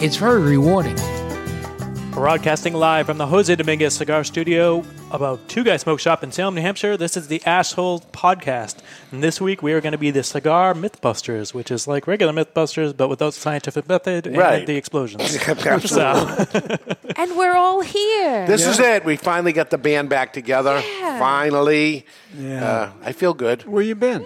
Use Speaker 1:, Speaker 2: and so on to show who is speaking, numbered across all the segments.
Speaker 1: It's very rewarding.
Speaker 2: Broadcasting live from the Jose Dominguez Cigar Studio about Two Guys Smoke Shop in Salem, New Hampshire. This is the Asshole Podcast. And this week we are going to be the Cigar Mythbusters, which is like regular Mythbusters, but without scientific method and
Speaker 3: Right.
Speaker 2: the explosions.
Speaker 3: Absolutely.
Speaker 2: so,
Speaker 4: And we're all here.
Speaker 3: This is it. We finally got the band back together.
Speaker 4: Yeah.
Speaker 3: Finally. Uh, I feel good.
Speaker 5: Where you been?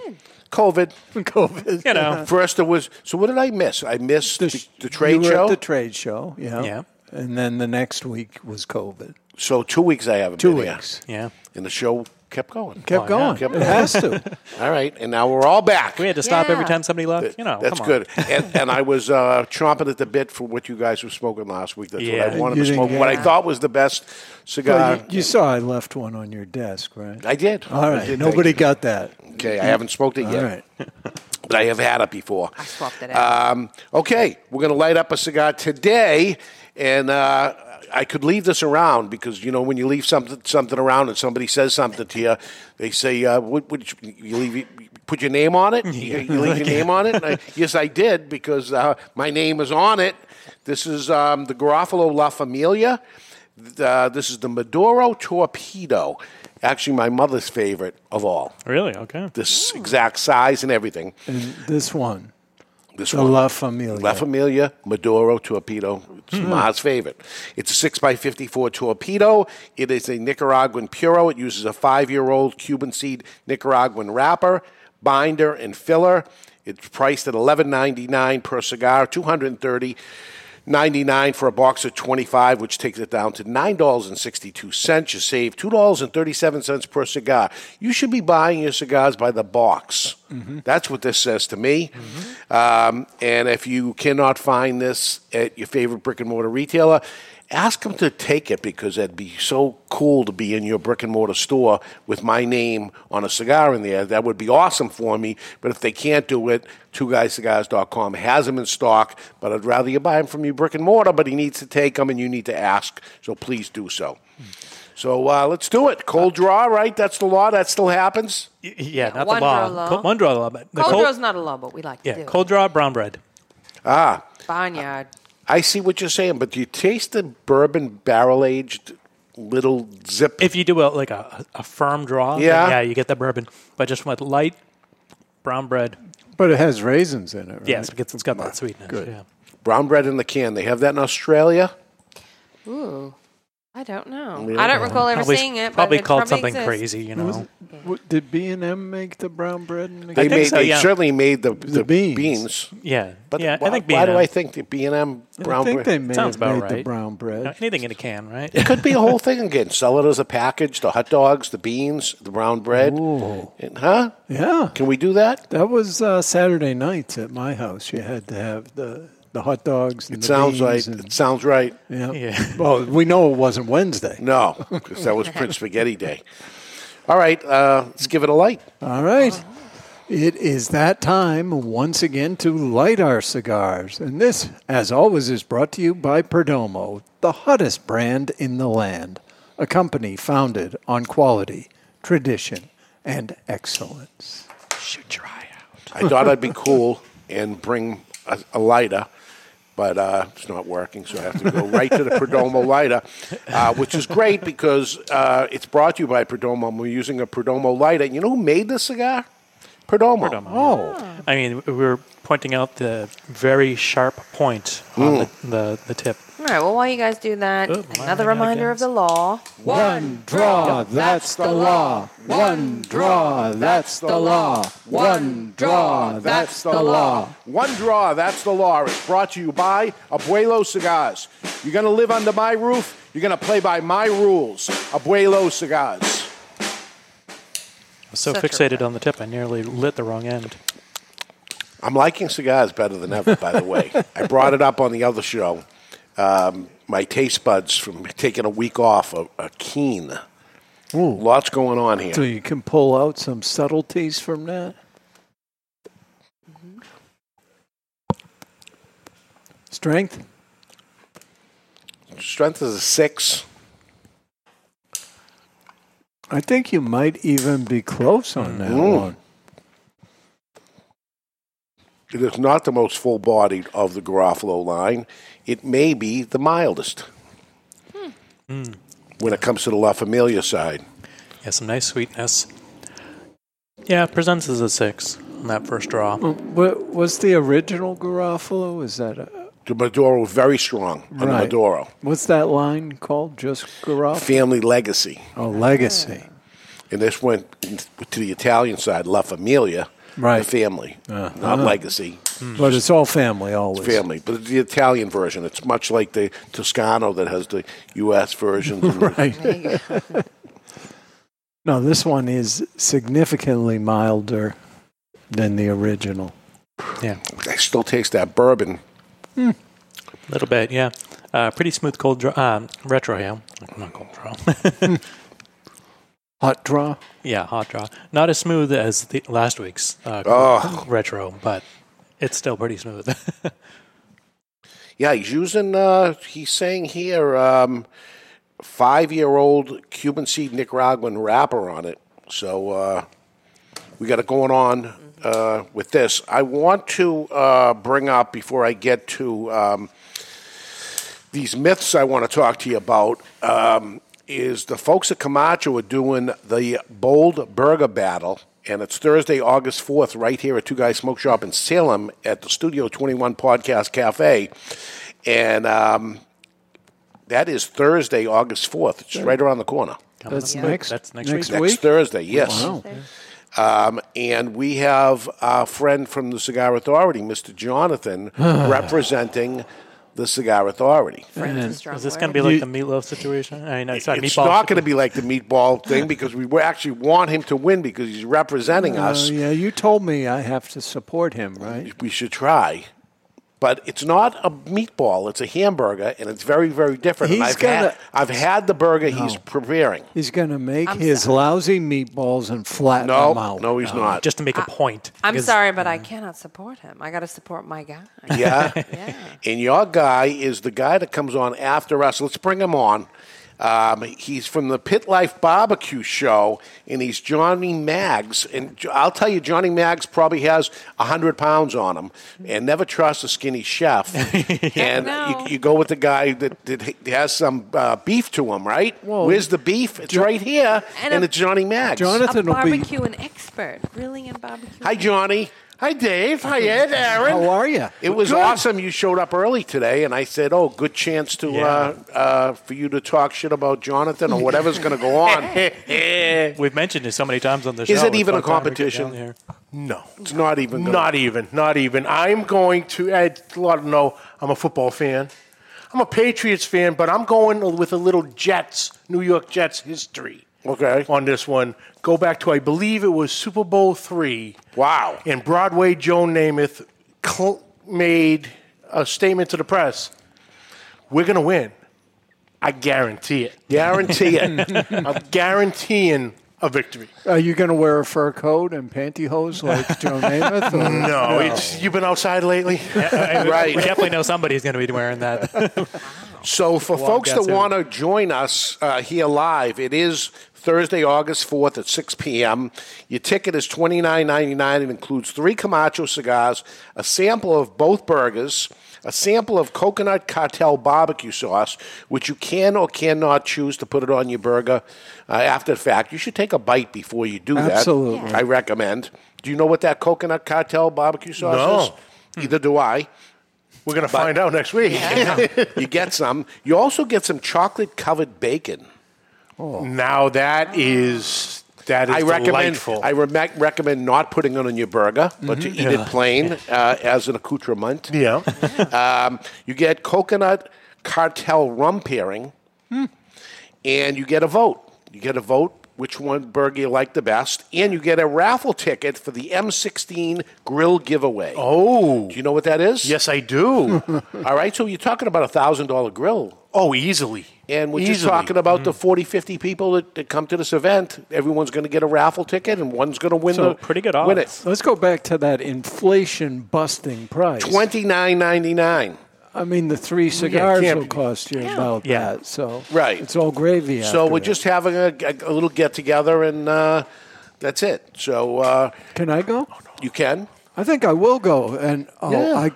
Speaker 3: COVID.
Speaker 5: COVID.
Speaker 2: you know,
Speaker 3: First, it was. So, what did I miss? I missed the, the,
Speaker 5: you
Speaker 3: trade
Speaker 5: were
Speaker 3: show.
Speaker 5: At the trade show. Yeah.
Speaker 2: Yeah.
Speaker 5: And then the next week was COVID.
Speaker 3: so, two weeks I haven't
Speaker 5: Two
Speaker 3: been here.
Speaker 5: weeks.
Speaker 2: yeah.
Speaker 3: And the show kept going.
Speaker 5: Kept
Speaker 2: yeah.
Speaker 5: going.
Speaker 3: Kept
Speaker 5: It has to.
Speaker 3: All right. And now we're all back.
Speaker 2: We had to stop every
Speaker 4: Yeah.
Speaker 2: time somebody left. You know,
Speaker 3: That's
Speaker 2: come on.
Speaker 3: good. And, and I was uh, chomping at the bit for what you guys were smoking last week. That's what
Speaker 2: Yeah.
Speaker 3: I wanted
Speaker 5: You
Speaker 3: to
Speaker 5: didn't
Speaker 3: smoke. What I
Speaker 5: get-
Speaker 3: thought was the best cigar.
Speaker 5: Well, you, you saw I left one on your desk, right?
Speaker 3: I did.
Speaker 5: All
Speaker 3: I
Speaker 5: right.
Speaker 3: did, thank
Speaker 5: Nobody
Speaker 3: you.
Speaker 5: got that.
Speaker 3: Okay. I haven't smoked it
Speaker 5: All
Speaker 3: yet.
Speaker 5: right.
Speaker 3: but I have had it before. I
Speaker 4: swapped it
Speaker 3: out. Um, okay, we're going to light up a cigar today, and uh, I could leave this around because you know when you leave something something around and somebody says something to you, they say, uh, "What would you, you leave?" You, Put your name on it. You, you leave your name on it. And I, yes, I did because uh, my name is on it. This is um, the Garofalo La Familia. Th- Uh, this is the Maduro Torpedo. Actually, my mother's favorite of all.
Speaker 2: Really? Okay.
Speaker 3: This exact size and everything.
Speaker 5: And this one,
Speaker 3: This
Speaker 5: the La Familia.
Speaker 3: La Familia Maduro Torpedo. It's Ma's favorite. It's a 6x54 torpedo. It is a Nicaraguan Puro. It uses a five year old Cuban seed Nicaraguan wrapper, binder, and filler. It's priced at eleven ninety nine per cigar, two hundred and thirty ninety nine for a box of 25 which takes it down to $9.62 you save $2.37 per cigar you should be buying your cigars by the box
Speaker 6: Mm-hmm.
Speaker 3: that's what this says to me um, and if you cannot find this at your favorite brick and mortar retailer ask them to take it because it'd be so cool to be in your brick and mortar store with my name on a cigar in there. That would be awesome for me. But if they can't do it, two twoguyscigars.com has them in stock. But I'd rather you buy them from your brick and mortar, but he needs to take them and you need to ask. So please do so. So uh, let's do it. Cold draw, right? That's the law. That still happens.
Speaker 2: Y- Yeah, not
Speaker 4: one
Speaker 2: the law.
Speaker 4: draw law.
Speaker 2: Co- One draw law.
Speaker 3: Uh,
Speaker 2: But the
Speaker 4: Cold
Speaker 2: cold-
Speaker 4: draw's not a law, but we like to
Speaker 2: Yeah,
Speaker 4: do
Speaker 2: cold draw brown bread.
Speaker 4: it. Barnyard.
Speaker 3: Ah, I see what you're saying, but do you taste the bourbon barrel aged little zip?
Speaker 2: If you do a, like a, a firm draw, then
Speaker 3: Yeah.
Speaker 2: yeah, you get the bourbon. But just with light brown bread,
Speaker 5: But it has raisins in it, right?
Speaker 2: yes, it gets, it's got that sweetness. Yeah.
Speaker 3: Brown bread in the can. They have that in Australia.
Speaker 4: Ooh. I don't know. I don't recall ever
Speaker 2: Probably,
Speaker 4: seeing it.
Speaker 2: probably
Speaker 4: but it
Speaker 2: called
Speaker 4: probably
Speaker 2: something
Speaker 4: exists.
Speaker 2: crazy, you know.
Speaker 5: W- Did B and M make the brown bread? And the
Speaker 3: They
Speaker 2: think
Speaker 3: made.
Speaker 2: so,
Speaker 3: they
Speaker 2: yeah.
Speaker 3: certainly made the, the,
Speaker 5: beans.
Speaker 2: Yeah,
Speaker 3: But
Speaker 2: yeah,
Speaker 3: why,
Speaker 2: I think
Speaker 3: why do
Speaker 2: B&M.
Speaker 3: I think the B and M
Speaker 5: I
Speaker 3: brown
Speaker 5: think
Speaker 3: bread
Speaker 5: they may
Speaker 2: Sounds
Speaker 5: have
Speaker 2: about
Speaker 5: made the
Speaker 2: right.
Speaker 5: brown bread.
Speaker 2: Uh, anything in a can, right?
Speaker 3: could be a whole thing again? Sell it as a package: the hot dogs, the beans, the brown bread. And- huh?
Speaker 5: Yeah.
Speaker 3: Can we do that?
Speaker 5: That was uh, Saturday nights at my house. You had to have the the hot dogs. And
Speaker 3: It
Speaker 5: the
Speaker 3: sounds right.
Speaker 5: beans and-
Speaker 3: It sounds right.
Speaker 5: yeah.
Speaker 2: Yeah.
Speaker 5: Well, we know it wasn't Wednesday.
Speaker 3: No, because that was Prince Spaghetti Day. All right, uh, let's give it a light.
Speaker 5: All right. It is that time once again to light our cigars. And this, as always, is brought to you by Perdomo, the hottest brand in the land, a company founded on quality, tradition, and excellence.
Speaker 2: Shoot your eye out.
Speaker 3: I thought I'd be cool and bring a, a lighter, but uh, it's not working, so I have to go right to the Perdomo lighter, uh, which is great because uh, it's brought to you by Perdomo. and We're using a Perdomo lighter. You know who made this cigar? Perdomo.
Speaker 5: Oh,
Speaker 2: I mean, we were pointing out the very sharp point on
Speaker 5: Mm.
Speaker 2: the, the, the tip.
Speaker 4: All right. Well, while you guys do that,
Speaker 2: Oh, my
Speaker 4: another
Speaker 2: God,
Speaker 4: reminder of
Speaker 2: guys.
Speaker 4: the law.
Speaker 5: one draw, that's the law. One draw, that's the law. One draw, that's the law.
Speaker 3: One draw, that's the law. It's brought to you by Abuelo Cigars. You're going to live under my roof, you're going to play by my rules. Abuelo Cigars.
Speaker 2: I was so
Speaker 4: Such a
Speaker 2: fixated
Speaker 4: rip.
Speaker 2: on the tip, I nearly lit the wrong end.
Speaker 3: I'm liking cigars better than ever, by the way. I brought it up on the other show. Um, my taste buds from taking a week off are, are keen. Lots going on here.
Speaker 5: So you can pull out some subtleties from that. Strength.
Speaker 3: Strength is a six.
Speaker 5: I think you might even be close on that
Speaker 3: Mm.
Speaker 5: one.
Speaker 3: It is not the most full bodied of the Garofalo line. It may be the mildest when it comes to the La Familia side.
Speaker 2: Mm. Yeah, some nice sweetness. Yeah, presents as a six on that first draw.
Speaker 5: Well, wa- was the original Garofalo? Is that a,
Speaker 3: The Maduro, very strong on the
Speaker 5: Right.
Speaker 3: Maduro.
Speaker 5: what's that line called? Just Garofalo?
Speaker 3: Family legacy.
Speaker 5: Oh, legacy.
Speaker 3: And this went to the Italian side, La Familia,
Speaker 5: Right.
Speaker 3: the family, not legacy,
Speaker 5: Hmm. But it's all family always.
Speaker 3: family. But it's the Italian version. It's much like the Toscano that has the U.S. version.
Speaker 5: Right. no, this one is significantly milder than the original.
Speaker 2: Yeah,
Speaker 3: I still taste that bourbon.
Speaker 2: a little bit. Yeah, uh, pretty smooth cold draw. Um, retro, yeah, not cold draw.
Speaker 5: Hot draw.
Speaker 2: yeah, hot draw. Not as smooth as the last week's uh,
Speaker 3: Oh.
Speaker 2: retro, but it's still pretty smooth.
Speaker 3: Yeah, he's using. Uh, he's saying here, um, five-year-old Cuban seed Nicaraguan wrapper on it. So uh, we got it going on uh, with this. I want to uh, bring up before I get to um, these myths. I want to talk to you about. Um, is the folks at Camacho are doing the Bold Burger Battle, and it's Thursday, August 4th, right here at Two Guys Smoke Shop in Salem at the Studio 21 Podcast Cafe. And um, that is Thursday, August 4th. It's right around the corner.
Speaker 5: That's
Speaker 4: Yeah.
Speaker 5: next.
Speaker 2: That's next
Speaker 5: next
Speaker 2: week.
Speaker 3: Next
Speaker 5: week.
Speaker 3: Thursday, yes.
Speaker 5: Wow.
Speaker 3: Um, and we have our friend from the Cigar Authority, Mr. Jonathan, representing the Cigar Authority.
Speaker 4: Friends is strong
Speaker 2: Is this going to
Speaker 4: word.
Speaker 2: be like
Speaker 5: You-
Speaker 2: the meatloaf situation? I mean, no, sorry,
Speaker 3: It's
Speaker 2: meatball.
Speaker 3: not going to be like the meatball thing because we actually want him to win because he's representing
Speaker 5: Oh,
Speaker 3: us.
Speaker 5: yeah, you told me I have to support him, right?
Speaker 3: We should try. But it's not a meatball, it's a hamburger, and it's very, very different. and
Speaker 5: He's
Speaker 3: I've, had,
Speaker 5: gonna-
Speaker 3: I've had the burger he's preparing.
Speaker 5: He's going to make his lousy meatballs and flatten
Speaker 3: No,
Speaker 5: them out.
Speaker 3: no, he's not.
Speaker 2: just to make a point.
Speaker 4: I'm
Speaker 2: because-
Speaker 4: sorry, but I cannot support him. I got to support my guy.
Speaker 3: Yeah.
Speaker 4: Yeah.
Speaker 3: And your guy is the guy that comes on after us. Let's bring him on. Um, he's from the Pit Life Barbecue Show, and he's Johnny Maggs. And Jo- I'll tell you, Johnny Maggs probably has 100 pounds on him, and never trust a skinny chef. and
Speaker 4: No.
Speaker 3: you, you go with the guy that, that has some uh, beef to him, right? Where's the beef? It's right here, and,
Speaker 4: And a-
Speaker 3: it's Johnny Maggs.
Speaker 4: A
Speaker 5: Jonathan will be.
Speaker 4: barbecue an expert, really in barbecue.
Speaker 3: Hi, Johnny. Hi, Dave. Hi, Ed. Aaron.
Speaker 5: How are you?
Speaker 3: It was
Speaker 5: Good.
Speaker 3: awesome. You showed up early today, and I said, "Oh, good chance to
Speaker 2: Yeah.
Speaker 3: uh, uh, for you to talk shit about Jonathan or whatever's going to go on." it's
Speaker 2: We've mentioned it so many times on the show.
Speaker 3: Is it
Speaker 2: It's
Speaker 3: even
Speaker 2: by
Speaker 3: a
Speaker 2: the time we get
Speaker 3: competition?
Speaker 2: down here.
Speaker 6: No.
Speaker 3: not even gonna,
Speaker 6: Not even. Not even. I'm going to. I lot of know I'm a football fan. I'm a Patriots fan, but I'm going with a little Jets, New York Jets history.
Speaker 3: Okay.
Speaker 6: On this one, go back to I believe it was Super Bowl three.
Speaker 3: Wow.
Speaker 6: And Broadway Joan Namath cl- made a statement to the press: "We're going to win. I guarantee it.
Speaker 3: guarantee it.
Speaker 6: I'm guaranteeing a victory."
Speaker 5: Are you going to wear a fur coat and pantyhose like Joe Namath? or-
Speaker 6: No, it's you've been outside lately.
Speaker 2: right. We definitely know somebody's going to be wearing that.
Speaker 3: So, for folks that
Speaker 2: guess who?
Speaker 3: want to join us uh, here live, it is Thursday, August 4th at 6 p.m. Your ticket is $29.99. It includes three Camacho cigars, a sample of both burgers, a sample of coconut cartel barbecue sauce, which you can or cannot choose to put it on your burger uh, after the fact. You should take a bite before you do that.
Speaker 5: Absolutely.
Speaker 3: I recommend. Do you know what that coconut cartel barbecue sauce is? Either do I.
Speaker 6: We're going to find out next week.
Speaker 3: You get some. You also get some chocolate covered bacon.
Speaker 6: Now that is that is
Speaker 3: Oh. I recommend
Speaker 6: delightful.
Speaker 3: I re- recommend not putting it on your burger, but to eat it plain uh, as an accoutrement.
Speaker 6: yeah,
Speaker 3: Um, you get coconut cartel rum pairing, and you get a vote. You get a vote which one burger you like the best, and you get a raffle ticket for the M16 grill giveaway.
Speaker 6: Oh.
Speaker 3: Do you know what that is?
Speaker 6: Yes, I do.
Speaker 3: All right, so you're talking about a $1,000 grill.
Speaker 6: Oh, easily.
Speaker 3: And we're just
Speaker 6: Easily. Mm.
Speaker 3: talking about the 40, 50 people that, that come to this event. Everyone's going to get a raffle ticket, and one's going to win
Speaker 2: So
Speaker 3: the
Speaker 2: pretty good
Speaker 3: Win
Speaker 2: odds.
Speaker 3: it.
Speaker 5: Let's go back to that inflation busting price.
Speaker 3: Twenty nine ninety nine.
Speaker 5: I mean, the three cigars
Speaker 6: can't
Speaker 5: will
Speaker 6: be-
Speaker 5: cost you about
Speaker 2: Yeah.
Speaker 5: that. So
Speaker 3: Right.
Speaker 5: it's all gravy.
Speaker 3: So
Speaker 5: after
Speaker 3: we're
Speaker 5: that.
Speaker 3: just having a, a- a little get together, and uh, that's it. So uh,
Speaker 5: Can I go?
Speaker 6: Oh,
Speaker 3: you can.
Speaker 5: I think I will go. And oh,
Speaker 3: Yeah.
Speaker 5: I,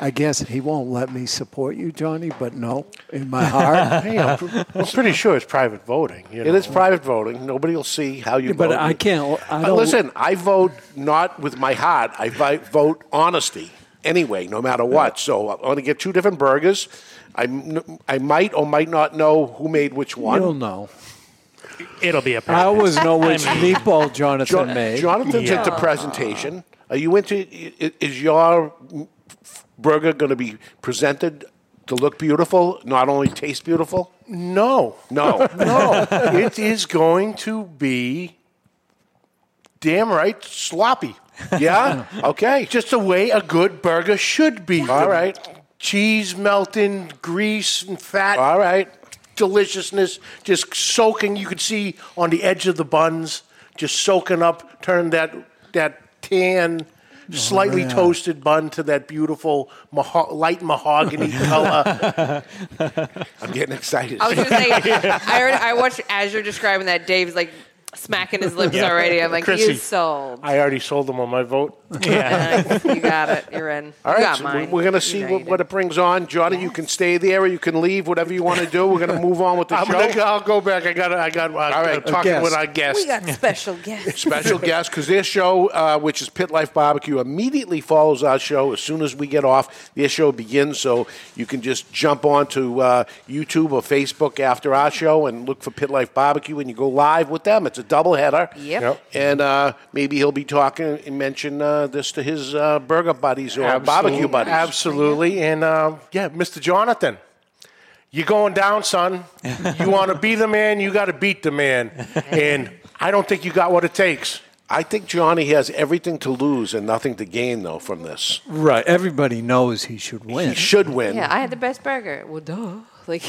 Speaker 5: I guess he won't let me support you, Johnny. But no, in my heart.
Speaker 6: Hey, I'm, pr- I'm pretty sure it's private voting. You know?
Speaker 3: It is private voting. Nobody will see how you.
Speaker 5: But
Speaker 3: vote.
Speaker 5: I can't- I
Speaker 3: Uh,
Speaker 5: don't-
Speaker 3: listen, I vote not with my heart. I vi- vote honesty anyway, no matter what. So uh, I'm going to get two different burgers. I, m- I might or might not know who made which one.
Speaker 5: You'll know.
Speaker 2: It'll be a
Speaker 5: I always know which
Speaker 2: I
Speaker 5: meatball Jonathan
Speaker 3: Jo-
Speaker 5: made.
Speaker 3: Jonathan's
Speaker 2: Yeah.
Speaker 3: at the presentation. Are you into? i- Is your burger going to be presented to look beautiful, not only taste beautiful?
Speaker 6: No.
Speaker 3: No.
Speaker 6: No. it is going to be damn right sloppy.
Speaker 3: yeah. Okay.
Speaker 6: Just the way a good burger should be.
Speaker 3: All right.
Speaker 6: Cheese melting, grease and fat.
Speaker 3: All right.
Speaker 6: deliciousness just soaking. You could see on the edge of the buns, just soaking up, turn that that tan,
Speaker 3: Oh,
Speaker 6: slightly toasted bun to that beautiful maho- light mahogany color.
Speaker 3: I'm getting excited.
Speaker 4: I was just saying, I, heard, I watched as you're describing that, Dave's like smacking his lips already. I'm like,
Speaker 6: Chrissy.
Speaker 4: you sold.
Speaker 6: I already sold them on my vote.
Speaker 4: you got it. You're in.
Speaker 3: All
Speaker 4: you
Speaker 3: right,
Speaker 4: got
Speaker 3: so
Speaker 4: mine.
Speaker 3: we're going to
Speaker 4: You
Speaker 3: see
Speaker 4: know you
Speaker 3: what, what
Speaker 4: did.
Speaker 3: it brings on. Johnny, you can stay there or you can leave, whatever you want to do. We're going to move on with the
Speaker 6: I'm
Speaker 3: show.
Speaker 6: gonna, I'll go back. I got. I got. I got
Speaker 3: right,
Speaker 6: talking
Speaker 5: guest.
Speaker 6: with our guest.
Speaker 4: we got special guests.
Speaker 3: Special guest, because their show, uh, which is Pit Life Barbecue, immediately follows our show. As soon as we get off, their show begins. So you can just jump onto uh, YouTube or Facebook after our show and look for Pit Life Barbecue, and you go live with them. It's a doubleheader.
Speaker 4: Yep.
Speaker 6: Yep.
Speaker 3: And uh, maybe he'll be talking and mention uh, this to his uh, burger buddies or barbecue
Speaker 6: Absolutely,
Speaker 3: buddies.
Speaker 6: Absolutely. And um, yeah, Mr. Jonathan, you're going down, son. You want to be the man, you got to beat the man. And I don't think you got what it takes.
Speaker 3: I think Johnny has everything to lose and nothing to gain, though, from this.
Speaker 5: Right. Everybody knows he should win.
Speaker 3: He should win.
Speaker 4: Yeah, I had the best burger. Well, duh. Like,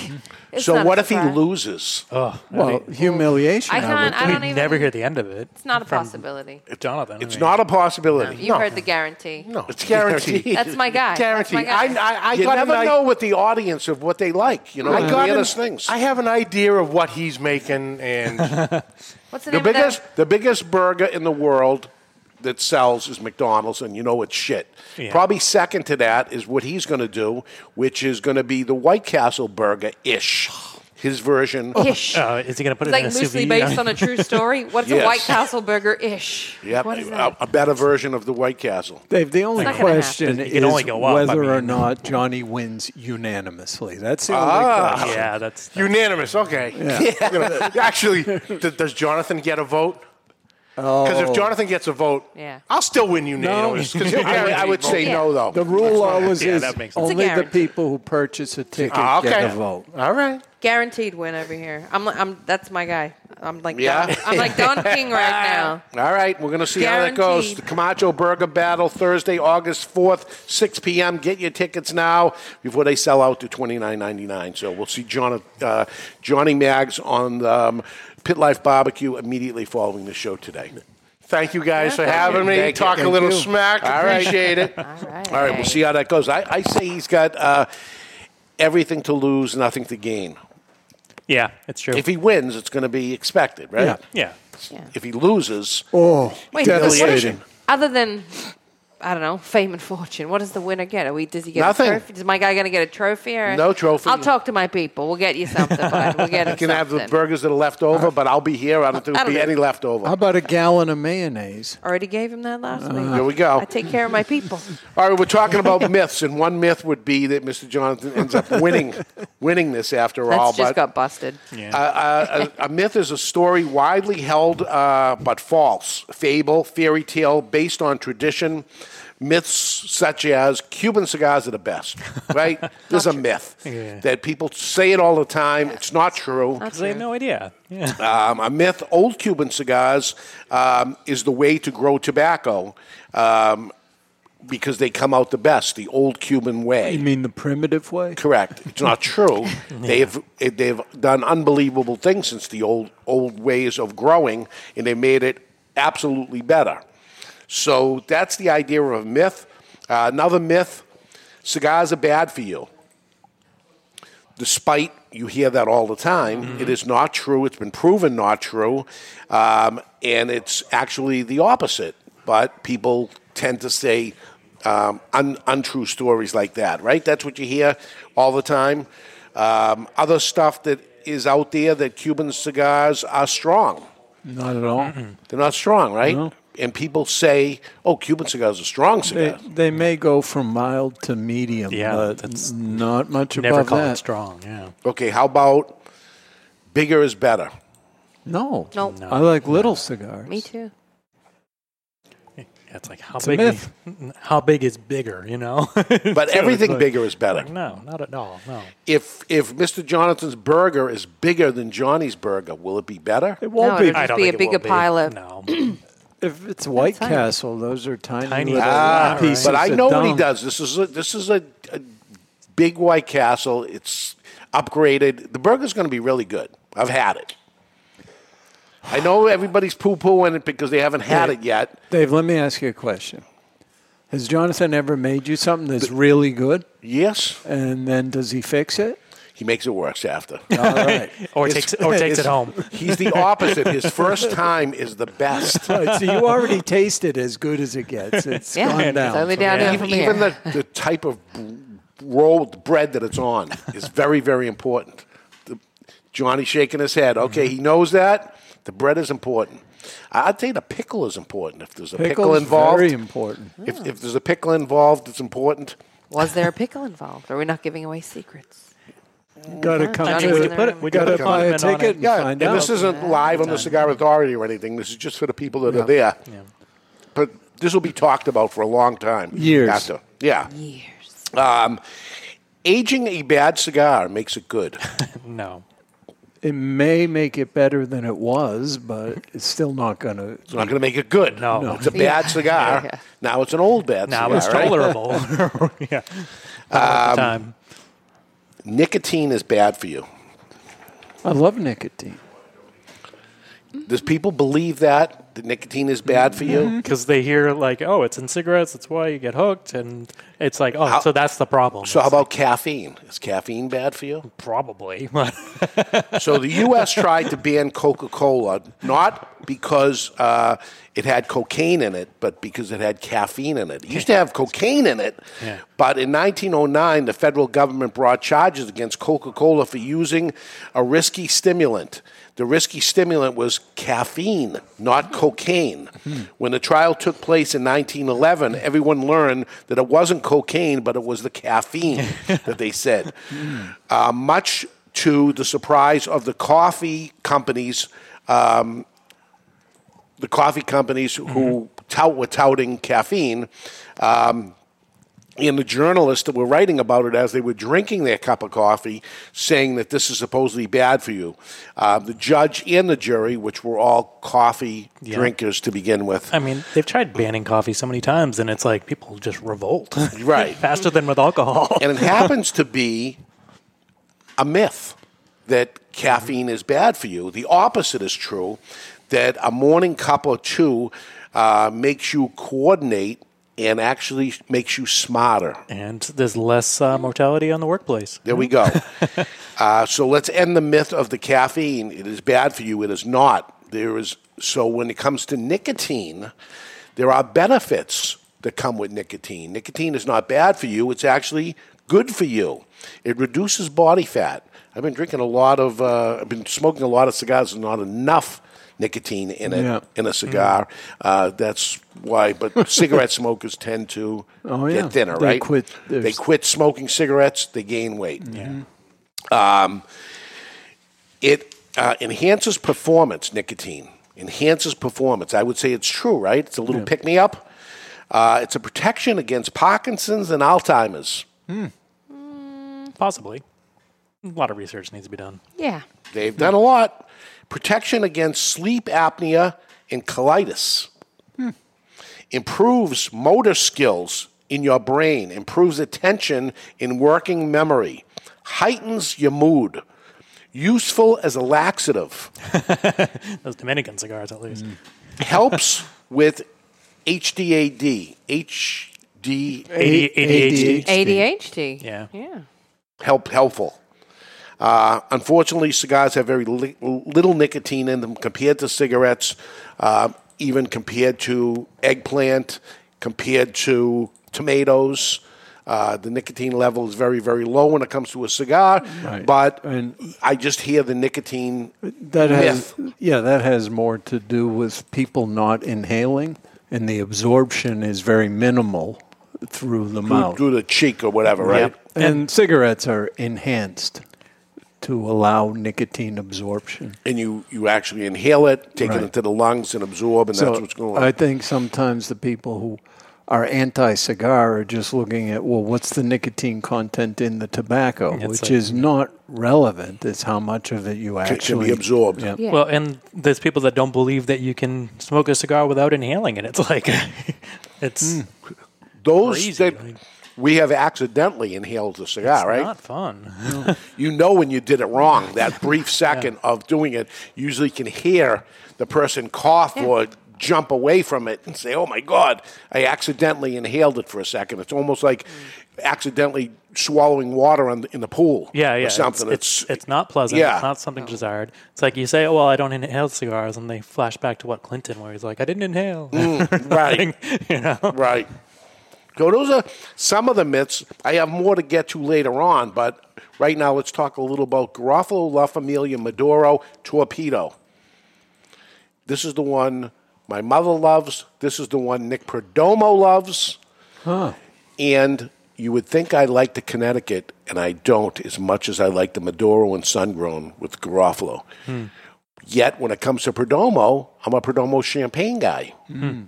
Speaker 4: it's
Speaker 3: so
Speaker 4: not a
Speaker 3: what if he
Speaker 4: surprise.
Speaker 3: loses?
Speaker 5: well, humiliation.
Speaker 4: I can't.
Speaker 5: would
Speaker 4: I,
Speaker 5: think.
Speaker 4: don't even.
Speaker 2: never hear the end of it.
Speaker 4: it's not a possibility.
Speaker 2: Jonathan.
Speaker 3: It's not a possibility.
Speaker 4: You heard the guarantee.
Speaker 6: No,
Speaker 3: It's guaranteed.
Speaker 4: That's my guy.
Speaker 6: Guaranteed.
Speaker 4: That's my guy.
Speaker 6: I, I, I
Speaker 3: you
Speaker 6: got
Speaker 3: never
Speaker 6: an i-
Speaker 3: know with the audience of what they like. You know,
Speaker 6: I
Speaker 3: I
Speaker 6: got
Speaker 3: got
Speaker 6: an,
Speaker 3: things.
Speaker 6: I have an idea of what he's making, and
Speaker 4: What's
Speaker 3: the
Speaker 4: the name
Speaker 3: biggest,
Speaker 4: of
Speaker 3: the biggest burger in the world that sells is McDonald's, and you know it's shit.
Speaker 2: Yeah.
Speaker 3: Probably second to that is what he's going to do, which is going to be the White Castle burger ish, his version.
Speaker 4: that? Ish.
Speaker 2: Uh, is he going to put it
Speaker 4: like
Speaker 2: in a sous
Speaker 4: loosely
Speaker 2: vide?
Speaker 4: based on a true story. What's
Speaker 3: Yes.
Speaker 4: a White Castle burger ish?
Speaker 3: Yep,
Speaker 4: What is
Speaker 3: a,
Speaker 4: that?
Speaker 3: a better version of the White Castle.
Speaker 5: Dave, the only
Speaker 4: not gonna happen.
Speaker 5: question
Speaker 2: It
Speaker 5: is
Speaker 2: can only go up,
Speaker 5: whether
Speaker 2: I
Speaker 5: or
Speaker 2: mean.
Speaker 5: not Johnny wins unanimously. That's the only
Speaker 3: Ah,
Speaker 5: question.
Speaker 2: yeah, that's.
Speaker 6: uh, unanimous. Okay. You know, Actually, th- does Jonathan get a vote? Because if Jonathan gets a vote,
Speaker 4: Yeah.
Speaker 6: I'll still win unanimous. 'cause he'll
Speaker 3: Oh. I, would- I would
Speaker 6: guarantee
Speaker 3: say
Speaker 6: vote.
Speaker 3: no, though.
Speaker 5: The rule always
Speaker 2: yeah,
Speaker 5: is
Speaker 2: that makes sense.
Speaker 4: It's a
Speaker 5: only the
Speaker 4: guarantee.
Speaker 5: people who purchase a ticket
Speaker 6: Ah,
Speaker 5: get
Speaker 6: okay.
Speaker 5: a vote.
Speaker 6: All right.
Speaker 4: Guaranteed win over here. I'm. li- I'm. That's my guy. I'm like.
Speaker 3: Yeah?
Speaker 4: Don, I'm like Don King right now.
Speaker 3: All right, we're going to see how that goes.
Speaker 4: Guaranteed.
Speaker 3: The Camacho Burger Battle, Thursday, August 4th, 6 p.m. Get your tickets now before they sell out to twenty nine ninety nine. So we'll see John, uh, Johnny Maggs on the, um, Pit Life Barbecue immediately following the show today.
Speaker 6: Thank you guys for having me.
Speaker 3: Thank you.
Speaker 6: Talk a
Speaker 3: Thank
Speaker 6: little
Speaker 3: you.
Speaker 6: smack.
Speaker 3: All right.
Speaker 6: Appreciate it.
Speaker 4: All right.
Speaker 3: All right, we'll see how that goes. I, I say he's got uh, everything to lose, nothing to gain.
Speaker 2: Yeah, it's true.
Speaker 3: If he wins, it's going to be expected, right?
Speaker 5: Yeah.
Speaker 2: yeah.
Speaker 4: Yeah.
Speaker 3: If he loses,
Speaker 5: Oh,
Speaker 4: Wait,
Speaker 3: Humiliation.
Speaker 4: Other than. I don't know, fame and fortune. What does the winner get? Are we? Does he get
Speaker 3: Nothing.
Speaker 4: a trophy? Is my guy going to get a trophy? Or
Speaker 3: No trophy.
Speaker 4: I'll talk to my people. We'll get you something. bud. We'll get.
Speaker 3: I can have the
Speaker 4: something.
Speaker 3: burgers that are left over, but I'll be here. I don't think
Speaker 4: I
Speaker 3: there'll
Speaker 4: don't
Speaker 3: be
Speaker 4: know.
Speaker 3: any left over.
Speaker 5: How about a gallon of mayonnaise?
Speaker 4: Already gave him that last week.
Speaker 3: There we go.
Speaker 4: I take care of my people.
Speaker 3: All right, we're talking about myths, and one myth would be that Mr. Jonathan ends up winning, winning this after all.
Speaker 4: That's just
Speaker 3: but
Speaker 4: got busted.
Speaker 3: uh, a, a myth is a story widely held uh, but false, fable, fairy tale based on tradition, myths such as Cuban cigars are the best, right? There's a myth
Speaker 2: Yeah.
Speaker 3: that people say it all the time. It's not true.
Speaker 2: Because they have no idea. Yeah.
Speaker 3: Um, a myth old Cuban cigars um, is the way to grow tobacco um, because they come out the best, the old Cuban way.
Speaker 5: You mean the primitive way?
Speaker 3: Correct. It's not true. They've they've done unbelievable things since the old old ways of growing, and they made it absolutely better. So that's the idea of a myth. Uh, another myth: cigars are bad for you. Despite you hear that all the time, it is not true. It's been proven not true, um, and it's actually the opposite. But people tend to say um, un- untrue stories like that, right? That's what you hear all the time. Um, other stuff that is out there that Cuban cigars are strong.
Speaker 5: Not at all.
Speaker 3: They're not strong, right?
Speaker 5: No.
Speaker 3: And people say, "Oh, Cuban cigars are strong
Speaker 5: They,
Speaker 3: cigars."
Speaker 5: they may go from mild to medium,
Speaker 2: Yeah,
Speaker 5: but
Speaker 2: that's-
Speaker 5: not much
Speaker 2: Never
Speaker 5: above
Speaker 2: call
Speaker 5: that.
Speaker 2: it strong. Yeah.
Speaker 3: okay, how about bigger is better?
Speaker 5: No.
Speaker 4: Nope.
Speaker 5: I like little cigars.
Speaker 4: Me too.
Speaker 2: It's like how
Speaker 5: It's a
Speaker 2: big?
Speaker 5: myth.
Speaker 2: How big is bigger? You know.
Speaker 3: But everything bigger is better.
Speaker 2: no, not at all. No.
Speaker 3: If if Mr. Jonathan's burger is bigger than Johnny's burger, will it be better?
Speaker 5: It won't
Speaker 4: No,
Speaker 5: be.
Speaker 4: it'll just be a
Speaker 2: think it will
Speaker 4: bigger pile of-
Speaker 2: No.
Speaker 5: If it's White
Speaker 4: tiny.
Speaker 5: Castle, those are tiny,
Speaker 2: Tiny.
Speaker 5: little
Speaker 2: Ah,
Speaker 5: pieces.
Speaker 3: But I
Speaker 5: of
Speaker 3: know what he
Speaker 5: dung.
Speaker 3: does. This is a, this is a, a big White Castle. It's upgraded. The burger's going to be really good. I've had it. I know everybody's poo pooing it because they haven't had it yet.
Speaker 5: Dave, let me ask you a question. Has Jonathan ever made you something that's really good,
Speaker 3: Yes,
Speaker 5: and then does he fix it?
Speaker 3: he makes it worse after.
Speaker 5: All right.
Speaker 2: Or
Speaker 3: His-
Speaker 2: takes or takes
Speaker 3: his-
Speaker 2: it home.
Speaker 3: He's the opposite. His first time is the best.
Speaker 5: All right, so you already taste it as good as it gets. It's
Speaker 4: Yeah,
Speaker 5: gone
Speaker 4: it's
Speaker 5: down.
Speaker 4: only down
Speaker 3: Ev-
Speaker 4: yeah.
Speaker 3: even
Speaker 4: from here.
Speaker 3: the, the type of b- rolled bread that it's on is very, very important. The, Johnny shaking his head. Okay, he knows that. The bread is important. I- I'd say the pickle is important. If there's a pickle
Speaker 5: Pickle's
Speaker 3: involved,
Speaker 5: Very important.
Speaker 3: if, if there's a pickle involved, it's important.
Speaker 4: Was there a pickle involved? Are we not giving away secrets?
Speaker 5: Got to come
Speaker 4: I
Speaker 5: to
Speaker 4: mean, we could put it-
Speaker 2: we could
Speaker 5: gotta
Speaker 2: put a
Speaker 5: buy a
Speaker 2: condiment on
Speaker 5: ticket
Speaker 2: it.
Speaker 5: and
Speaker 3: Yeah,
Speaker 5: find
Speaker 3: and
Speaker 5: out.
Speaker 3: this isn't live on the Cigar Authority or anything. This is just for the people that are there. But this will be talked about for a long time.
Speaker 5: Years.
Speaker 3: After. Yeah.
Speaker 4: Years.
Speaker 3: Um, aging a bad cigar makes it good.
Speaker 2: No.
Speaker 5: it may make it better than it was, but it's still not going to.
Speaker 3: It's not going to make it good.
Speaker 2: No. No.
Speaker 3: It's a bad
Speaker 4: Yeah.
Speaker 3: cigar.
Speaker 4: Yeah.
Speaker 3: Now it's an old bad
Speaker 2: Now
Speaker 3: cigar.
Speaker 2: it's
Speaker 3: right? Um,
Speaker 2: tolerable. yeah. Not at the time.
Speaker 3: Nicotine is bad for you.
Speaker 5: I love nicotine.
Speaker 3: Does people believe that, that nicotine is bad for you?
Speaker 2: Because Mm-hmm. they hear like, oh, it's in cigarettes. That's why you get hooked, and it's like, oh, so that's the problem.
Speaker 3: So, how about caffeine? Is caffeine bad for you?
Speaker 2: probably.
Speaker 3: so, the U.S. tried to ban Coca Cola, not because uh, it had cocaine in it, but because it had caffeine in it. It used to have cocaine in it,
Speaker 2: Yeah.
Speaker 3: but in 1909, the federal government brought charges against Coca Cola for using a risky stimulant. The risky stimulant was caffeine, not cocaine. When the trial took place in 1911, everyone learned that it wasn't cocaine, but it was the caffeine that they said. Uh, much to the surprise of the coffee companies, um, the coffee companies who tout, were touting caffeine, um, and the journalists that were writing about it as they were drinking their cup of coffee, saying that this is supposedly bad for you. Uh, the judge and the jury, which were all coffee drinkers to begin with,
Speaker 2: I mean, they've tried banning coffee so many times, and it's like people just revolt.
Speaker 3: Right.
Speaker 2: Faster than with alcohol.
Speaker 3: and it happens to be a myth that caffeine is bad for you. The opposite is true that a morning cup or two uh, makes you coordinate and actually makes you smarter.
Speaker 2: and there's less uh, mortality on the workplace.
Speaker 3: There we go. uh, so let's end the myth of the caffeine. It is bad for you. It is not. There is so when it comes to nicotine, there are benefits that come with nicotine. Nicotine is not bad for you. It's actually good for you. It reduces body fat. I've been drinking a lot of. Uh, I've been smoking a lot of cigars. There's not enough nicotine in it
Speaker 5: Yeah.
Speaker 3: in a cigar. Uh, that's why. But cigarette smokers tend to
Speaker 5: Oh, yeah.
Speaker 3: get thinner,
Speaker 5: They
Speaker 3: right?
Speaker 5: quit-
Speaker 3: they
Speaker 5: there's-
Speaker 3: quit smoking cigarettes. They gain weight.
Speaker 2: Mm-hmm.
Speaker 3: Um, It uh, enhances performance, nicotine. Enhances performance. I would say it's true, right? It's a little pick me up. Uh, it's a protection against Parkinson's and Alzheimer's.
Speaker 2: Hmm. Possibly. A lot of research needs to be done.
Speaker 4: Yeah.
Speaker 3: They've done a lot. Protection against sleep apnea and colitis.
Speaker 2: Hmm.
Speaker 3: Improves motor skills in your brain, improves attention in working memory, heightens your mood. Useful as a laxative.
Speaker 2: Those Dominican cigars, at least.
Speaker 3: Helps with HDAD. HD
Speaker 2: AD- ADHD.
Speaker 4: ADHD.
Speaker 2: Yeah.
Speaker 4: Yeah.
Speaker 3: help helpful. Uh, unfortunately, cigars have very li- little nicotine in them compared to cigarettes, uh, even compared to eggplant, compared to tomatoes. Uh, the nicotine level is very, very low when it comes to a cigar,
Speaker 5: Right.
Speaker 3: but
Speaker 5: And-
Speaker 3: I just hear the nicotine.
Speaker 5: That has yeah, that has more to do with people not inhaling, and the absorption is very minimal through the mouth.
Speaker 3: Through the cheek or whatever, right?
Speaker 5: And cigarettes are enhanced to allow nicotine absorption.
Speaker 3: And you, you actually inhale it, take
Speaker 5: Right.
Speaker 3: it into the lungs, and absorb, and that's
Speaker 5: So
Speaker 3: what's going on.
Speaker 5: I think sometimes the people who are anti-cigar are just looking at well, what's the nicotine content in the tobacco,
Speaker 2: It's
Speaker 5: which
Speaker 2: like-
Speaker 5: is not relevant. It's how much of it you
Speaker 3: It can
Speaker 5: actually
Speaker 3: be absorbed.
Speaker 5: Yeah.
Speaker 4: Yeah.
Speaker 2: Well, and there's people that don't believe that you can smoke a cigar without inhaling it. It's like, it's
Speaker 3: Mm. Those
Speaker 2: Crazy,
Speaker 3: that
Speaker 2: like-
Speaker 3: we have accidentally inhaled the cigar, right?
Speaker 2: not fun.
Speaker 3: you know when you did it wrong. That brief second of doing it, you usually can hear the person cough or jump away from it and say, "Oh my God, I accidentally inhaled it for a second. It's almost like accidentally swallowing water on the, in the pool,
Speaker 2: Mm. Yeah, yeah.
Speaker 3: or
Speaker 2: it's-
Speaker 3: something.
Speaker 2: It's, it's, not pleasant.
Speaker 3: Yeah.
Speaker 2: It's not something desired. It's like you say, oh, well, I don't inhale cigars, and they flash back to what Clinton, where he's like, I didn't inhale.
Speaker 3: Mm, right,
Speaker 2: you know?
Speaker 3: right. So those are some of the myths. I have more to get to later on, but right now let's talk a little about Garofalo, La Familia, Maduro, Torpedo. This is the one my mother loves. This is the one Nick Perdomo loves. And you would think I like the Connecticut, and I don't as much as I like the Maduro and Sungrown with Garofalo.
Speaker 2: Hmm.
Speaker 3: Yet when it comes to Perdomo, I'm a Perdomo champagne guy.
Speaker 5: Hmm.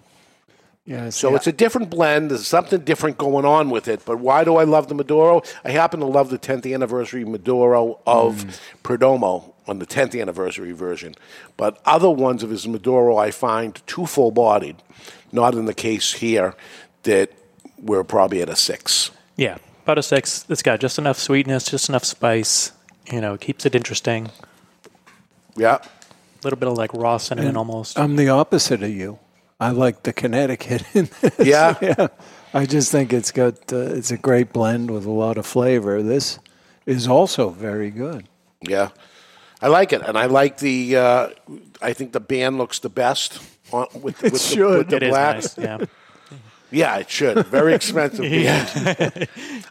Speaker 5: Yeah,
Speaker 3: So it's a different blend. There's something different going on with it. But why do I love the Maduro? I happen to love the 10th anniversary Maduro of Perdomo on the 10th anniversary version. But other ones of his Maduro I find too full bodied. Not in the case here that we're probably at a six.
Speaker 2: yeah, about a six. It's got just enough sweetness, just enough spice. You know, keeps it interesting. A
Speaker 3: Yeah.
Speaker 2: little bit of like raw cinnamon almost.
Speaker 5: I'm the opposite of you. I like the Connecticut in this.
Speaker 3: Yeah.
Speaker 5: yeah. I just think it's got uh, it's a great blend with a lot of flavor. This is also very good.
Speaker 3: Yeah. I like it. And I like the, uh, I think the band looks the best. On, with, with The, with
Speaker 5: should.
Speaker 3: the
Speaker 2: It is
Speaker 3: black.
Speaker 2: nice. Yeah.
Speaker 3: Yeah, it should. Very expensive. yeah.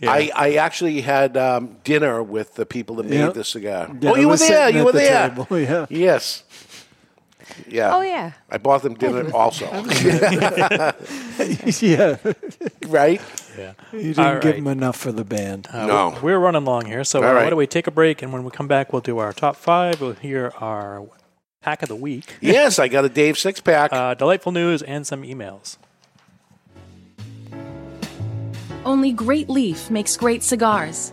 Speaker 3: I, I actually had um, dinner with the people that made
Speaker 5: Yeah.
Speaker 3: the cigar.
Speaker 5: Yeah,
Speaker 3: oh,
Speaker 5: I
Speaker 3: you were
Speaker 5: was
Speaker 3: there.
Speaker 5: sitting
Speaker 3: You
Speaker 5: at
Speaker 3: were
Speaker 5: the
Speaker 3: there.
Speaker 5: table, yeah.
Speaker 3: Yes. Yeah.
Speaker 4: Oh, yeah.
Speaker 3: I bought them dinner also.
Speaker 5: yeah,
Speaker 3: right?
Speaker 2: yeah.
Speaker 5: you didn't
Speaker 2: All
Speaker 5: give
Speaker 2: right.
Speaker 5: them enough for the band.
Speaker 3: no.
Speaker 2: Uh, We're running long here, so
Speaker 3: All
Speaker 2: why
Speaker 3: right.
Speaker 2: don't we take a break? And when we come back, we'll do our top five. We'll hear our pack of the week,
Speaker 3: yes, I got a Dave six pack.
Speaker 2: uh, delightful news, and some emails.
Speaker 7: Only Great Leaf makes great cigars.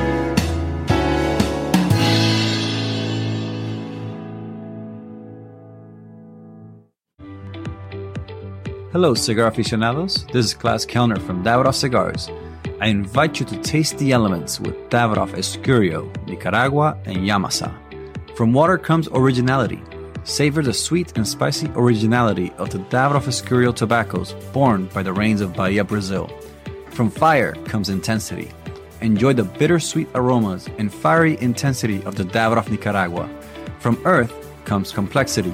Speaker 8: Hello, cigar aficionados. This is Klaus Kellner from Davidoff Cigars. I invite you to taste the elements with Davidoff Escurio, Nicaragua, and Yamasa. From water comes originality. Savor the sweet and spicy originality of the Davidoff Escurio tobaccos born by the rains of Bahia, Brazil. From fire comes intensity. Enjoy the bittersweet aromas and fiery intensity of the Davidoff Nicaragua. From earth comes complexity.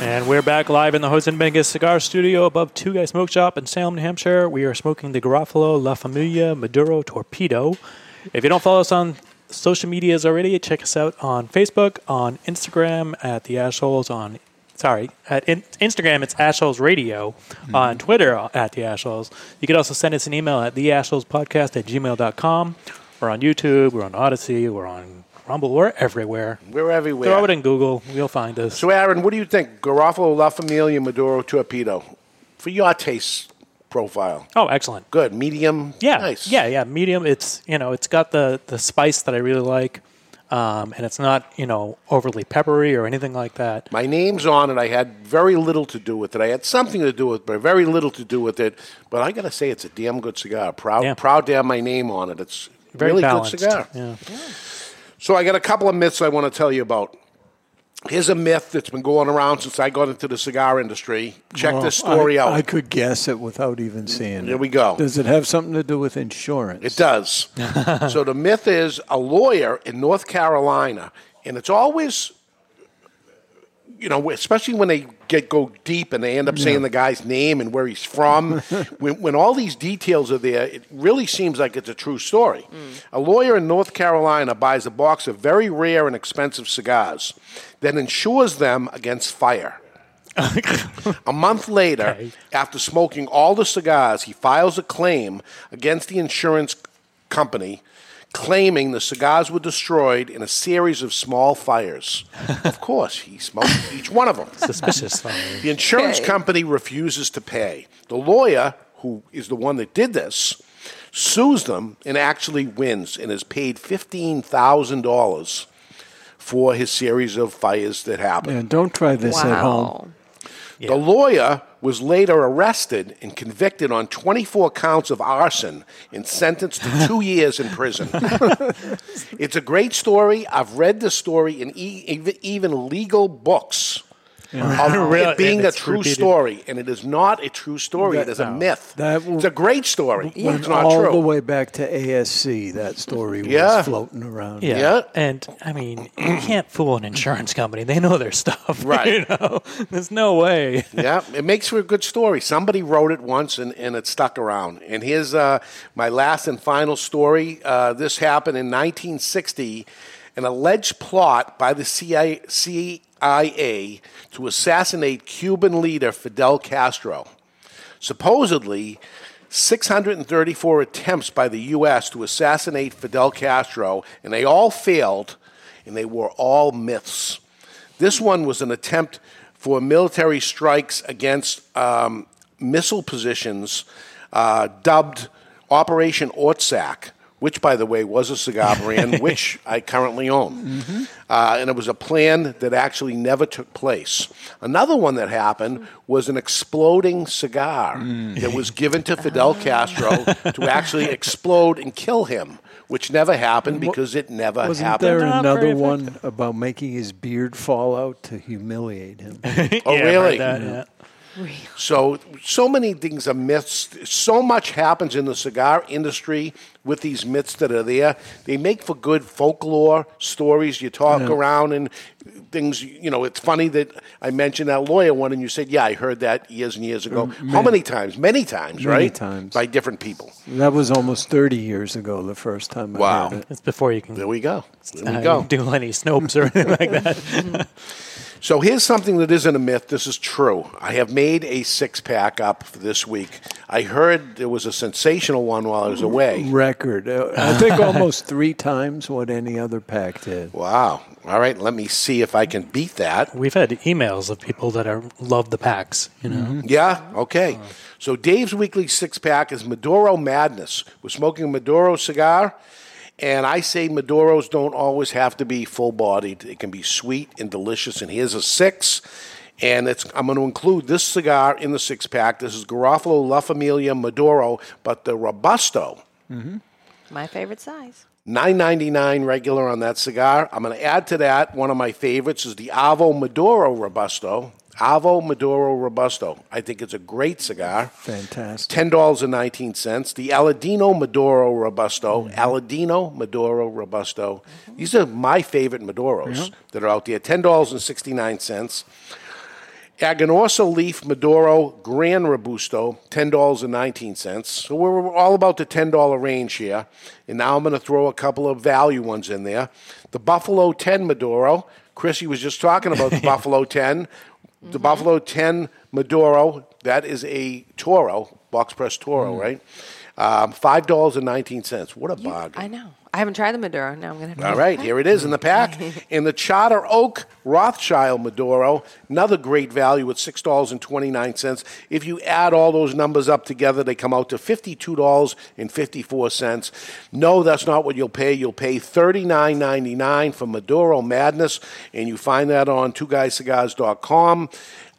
Speaker 2: And we're back live in the Jose Dominguez Cigar Studio above Two Guys Smoke Shop in Salem, New Hampshire. We are smoking the Garofalo La Familia Maduro Torpedo. If you don't follow us on social medias already, check us out on Facebook, on Instagram at the Ashholes, on sorry at in, Instagram it's Ashholes Radio, on Twitter at the Ashholes. You can also send us an email at theashholespodcast at gmail.com. We're on YouTube, we're on Odyssey, we're on Rumble, we're everywhere.
Speaker 3: We're everywhere.
Speaker 2: Throw it in Google, you'll find us.
Speaker 3: So, Aaron, what do you think? Garofalo, La Familia, Maduro, Torpedo. For your taste profile.
Speaker 2: Oh, excellent.
Speaker 3: Good. Medium.
Speaker 2: Yeah,
Speaker 3: Nice.
Speaker 2: yeah, yeah. Medium. It's you know, it's got the the spice that I really like, um, and it's not you know overly peppery or anything like that.
Speaker 3: My name's on it. I had very little to do with it. I had something to do with it, but very little to do with it. But I got to say, it's a damn good cigar. Proud,
Speaker 2: Yeah.
Speaker 3: proud to have my name on it. It's a
Speaker 2: Very
Speaker 3: really
Speaker 2: balanced.
Speaker 3: good cigar.
Speaker 2: Yeah.
Speaker 3: So I got a couple of myths I want to tell you about. Here's a myth that's been going around since I got into the cigar industry. Check
Speaker 5: Well,
Speaker 3: this story
Speaker 5: I-
Speaker 3: out.
Speaker 5: I could guess it without even seeing it.
Speaker 3: There we go.
Speaker 5: Does it have something to do with insurance?
Speaker 3: It does. so the myth is a lawyer in North Carolina, and it's always, you know, especially when they get go deep and they end up saying the guy's name and where he's from. when, when all these details are there, it really seems like it's a true story. A lawyer in North Carolina buys a box of very rare and expensive cigars, then insures them against fire. A month later, after smoking all the cigars, he files a claim against the insurance company claiming the cigars were destroyed in a series of small fires. of course, he smoked each one of them.
Speaker 2: Suspicious.
Speaker 3: The insurance
Speaker 2: Okay.
Speaker 3: company refuses to pay. The lawyer, who is the one that did this, sues them and actually wins and is paid $15,000 for his series of fires that happened.
Speaker 5: Yeah, don't try this at home.
Speaker 3: The lawyer was later arrested and convicted on 24 counts of arson and sentenced to two years in prison. it's a great story. I've read the story in e- ev- even legal books.
Speaker 6: Yeah.
Speaker 3: Of
Speaker 6: Really?
Speaker 3: it being
Speaker 6: And
Speaker 3: a
Speaker 6: it's
Speaker 3: true
Speaker 6: repeated.
Speaker 3: story, and it is not a true story.
Speaker 5: That-
Speaker 3: it is a
Speaker 5: no.
Speaker 3: myth. it's a great story, but
Speaker 5: Went
Speaker 3: it's not
Speaker 5: all
Speaker 3: true.
Speaker 5: the way back to ASC. That story was
Speaker 3: Yeah.
Speaker 5: floating around.
Speaker 2: Yeah. And I mean, you can't fool an insurance company. They know their stuff.
Speaker 3: Right.
Speaker 2: You know, there's no way.
Speaker 3: yeah, it makes for a good story. Somebody wrote it once and, and it stuck around. And here's uh, my last and final story. Uh, this happened in 1960. An alleged plot by the CIA, CIA to assassinate Cuban leader Fidel Castro. Supposedly, 634 attempts by the U.S. to assassinate Fidel Castro, and they all failed, and they were all myths. This one was an attempt for military strikes against um, missile positions uh, dubbed Operation Ortsac, which, by the way, was a cigar brand which I currently own. Uh, and it was a plan that actually never took place. Another one that happened was an exploding cigar
Speaker 5: Mm.
Speaker 3: that was given to Fidel Castro to actually explode and kill him, which never happened because it never
Speaker 5: Wasn't
Speaker 3: happened.
Speaker 5: there another one about making his beard fall out to humiliate him?
Speaker 3: Oh, really?
Speaker 5: Yeah.
Speaker 3: So, so many things are myths. So much happens in the cigar industry with these myths that are there. They make for good folklore stories. You talk
Speaker 9: Yeah.
Speaker 3: around and things. You know, it's funny that I mentioned that lawyer one, and you said, "Yeah, I heard that years and years ago."
Speaker 5: Mm,
Speaker 3: How
Speaker 5: many-
Speaker 3: many times? Many times,
Speaker 5: Many
Speaker 3: right?
Speaker 5: times.
Speaker 3: by different people.
Speaker 5: That was almost 30 years ago, the first time I
Speaker 3: Wow.
Speaker 5: heard it.
Speaker 2: It's before you can.
Speaker 3: There we go. There we
Speaker 5: Uh,
Speaker 3: go.
Speaker 2: Do any Snopes or anything like that.
Speaker 3: So here's something that isn't a myth. This is true. I have made a six pack up for this week. I heard there was a sensational one while I was away.
Speaker 5: Record. Uh, I think almost three times what any other pack did.
Speaker 3: Wow. All right. Let me see if I can beat that.
Speaker 2: We've had emails of people that are love the packs. You know.
Speaker 5: Mm-hmm.
Speaker 3: Yeah. Okay. So Dave's weekly six pack is Maduro Madness. We're smoking a Maduro cigar, and I say Maduros don't always have to be full bodied. It can be sweet and delicious. And here's a six. And it's, I'm going to include this cigar in the six pack. This is Garofalo La Familia Maduro, but the Robusto.
Speaker 4: My favorite size.
Speaker 3: Nine ninety nine regular on that cigar. I'm going to add to that one of my favorites is the Avo Maduro Robusto. Avo Maduro Robusto. I think it's a great cigar.
Speaker 5: Fantastic.
Speaker 3: Ten dollars and nineteen cents. The Aladino Maduro Robusto. Aladino Maduro Robusto. These are my favorite Maduros
Speaker 9: Mhm.
Speaker 3: that are out there. Ten dollars and sixty nine cents. Agonorsa Leaf Maduro Gran Robusto, $10.19. So we're we're all about the $10 range here. And now I'm going to throw a couple of value ones in there. The Buffalo 10 Maduro. Chrissy was just talking about the Buffalo 10. The
Speaker 4: Mm-hmm.
Speaker 3: Buffalo 10 Maduro, that is a Toro, box press Toro,
Speaker 4: Mm.
Speaker 3: right? Um, $5.19. What a bargain.
Speaker 4: I know. I haven't tried the Maduro. Now I'm gonna. Have to
Speaker 3: All right, here it is in the pack. In the Charter Oak Rothschild Maduro, another great value at six dollars and twenty nine cents. If you add all those numbers up together, they come out to fifty two dollars and fifty four cents. No, that's not what you'll pay. You'll pay thirty nine ninety nine for Maduro Madness, and you find that on two twoguyscigars.com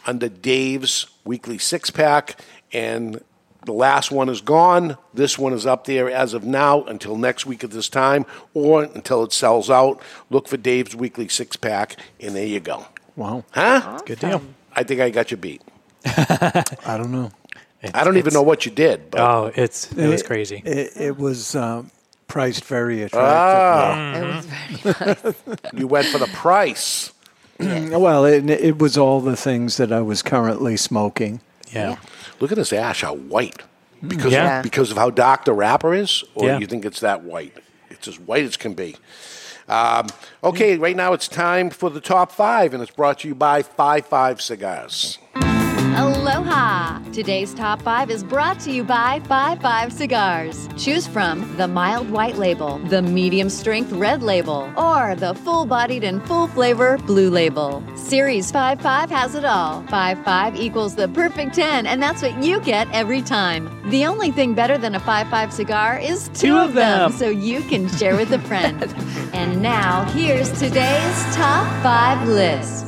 Speaker 3: under Dave's weekly six pack and the last one is gone. This one is up there as of now until next week at this time or until it sells out. Look for Dave's weekly six pack, and there you go.
Speaker 5: Wow.
Speaker 3: Huh?
Speaker 2: Good deal.
Speaker 3: I think I got you beat.
Speaker 5: I don't know.
Speaker 3: I don't even know what you did. But
Speaker 2: Oh, it's it was
Speaker 5: It-
Speaker 2: crazy.
Speaker 5: It, it was um, priced very Mm-hmm.
Speaker 3: Ah.
Speaker 5: attractively.
Speaker 3: It was you went for the price.
Speaker 5: Mm, well, it, it was all the things that I was currently smoking.
Speaker 2: Yeah.
Speaker 3: Look at this ash, how white. Because,
Speaker 5: Mm, Yeah.
Speaker 3: of, because of how dark the wrapper is, or
Speaker 5: Yeah.
Speaker 3: you think it's that white? It's as white as can be. Um, okay, right now it's time for the top five, and it's brought to you by Five Five Cigars.
Speaker 10: Aloha! Today's top five is brought to you by Five Five Cigars. Choose from the mild white label, the medium strength red label, or the full bodied and full flavor blue label. Series Five Five has it all. Five Five equals the perfect 10, and that's what you get every time. The only thing better than a Five Five cigar is two,
Speaker 11: Two
Speaker 10: of
Speaker 11: of
Speaker 10: them,
Speaker 11: them.
Speaker 10: so you can share with a friend. and now, here's today's top five list.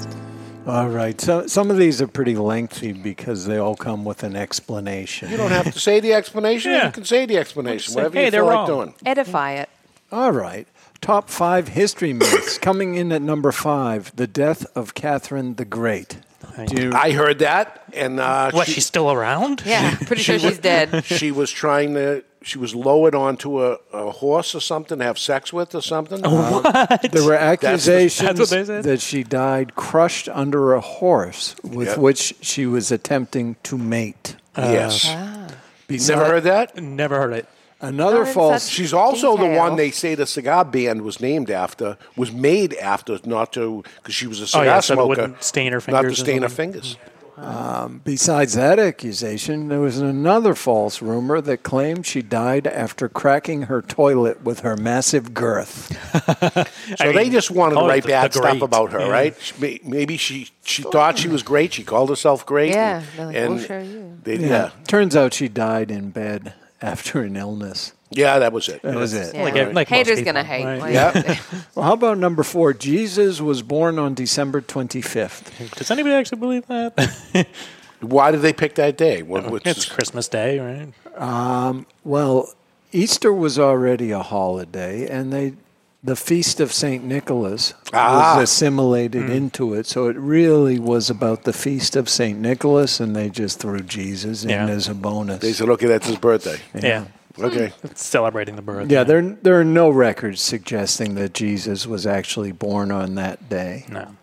Speaker 5: All right. So some of these are pretty lengthy because they all come with an explanation.
Speaker 3: You don't have to say the explanation.
Speaker 5: Yeah.
Speaker 3: You can say the explanation, whatever you feel like doing.
Speaker 4: Edify it.
Speaker 5: All right. Top five history myths. Coming in at number five, the death of Catherine the Great.
Speaker 3: I heard that, and uh,
Speaker 5: What, she's
Speaker 3: still around?
Speaker 4: Yeah, pretty sure she's dead.
Speaker 3: She was trying to. She was lowered onto a, a horse or something to have sex with or something.
Speaker 2: Oh,
Speaker 3: Uh,
Speaker 5: What? There were
Speaker 3: That's-
Speaker 5: accusations
Speaker 3: that's what they said?
Speaker 5: that she died crushed under a horse with
Speaker 3: Yeah.
Speaker 5: which she was attempting to mate.
Speaker 2: Uh,
Speaker 3: Yes.
Speaker 5: Beside-
Speaker 3: Never heard that.
Speaker 2: Never heard it.
Speaker 5: Another false.
Speaker 3: She's also the one they say the cigar band was named after, was made after, not to because she was a cigar
Speaker 2: Oh, yeah, so it
Speaker 3: smoker.
Speaker 2: wouldn't stain her
Speaker 3: Not
Speaker 2: fingers
Speaker 3: to
Speaker 2: or
Speaker 3: stain her
Speaker 2: something.
Speaker 3: fingers.
Speaker 5: Um, besides that accusation, there was another false rumor that claimed she died after cracking her toilet with her massive girth.
Speaker 3: So they just wanted to
Speaker 5: call it
Speaker 3: write
Speaker 5: the-
Speaker 3: bad
Speaker 5: the
Speaker 3: stuff
Speaker 5: great,
Speaker 3: about her,
Speaker 5: yeah.
Speaker 3: right? She, may- maybe she she thought she was great. She called herself great.
Speaker 5: Yeah,
Speaker 3: and-
Speaker 5: they're like,
Speaker 3: and
Speaker 5: "We'll show
Speaker 4: you."
Speaker 3: They, yeah.
Speaker 5: Turns out she died in bed after an illness.
Speaker 3: Yeah, that was it.
Speaker 5: That was it.
Speaker 4: Yeah. Haters gonna hate. Like-
Speaker 5: well, how about number four? Jesus was born on December 25th.
Speaker 2: Does anybody actually believe that? Oh,
Speaker 3: Why did they pick that day? What, what's
Speaker 2: it's Christmas Day, right?
Speaker 5: Um, well, Easter was already a holiday, and they the feast of Saint Nicholas
Speaker 3: Ah.
Speaker 5: was assimilated
Speaker 2: Mm.
Speaker 5: into it. So it really was about the feast of Saint Nicholas, and they just threw Jesus in
Speaker 3: Yeah.
Speaker 5: as a bonus.
Speaker 3: They said, "Okay, that's his birthday."
Speaker 5: Yeah.
Speaker 3: Okay.
Speaker 2: Celebrating the birth.
Speaker 5: Yeah, there there are no records suggesting that Jesus was actually born on that day.
Speaker 2: No,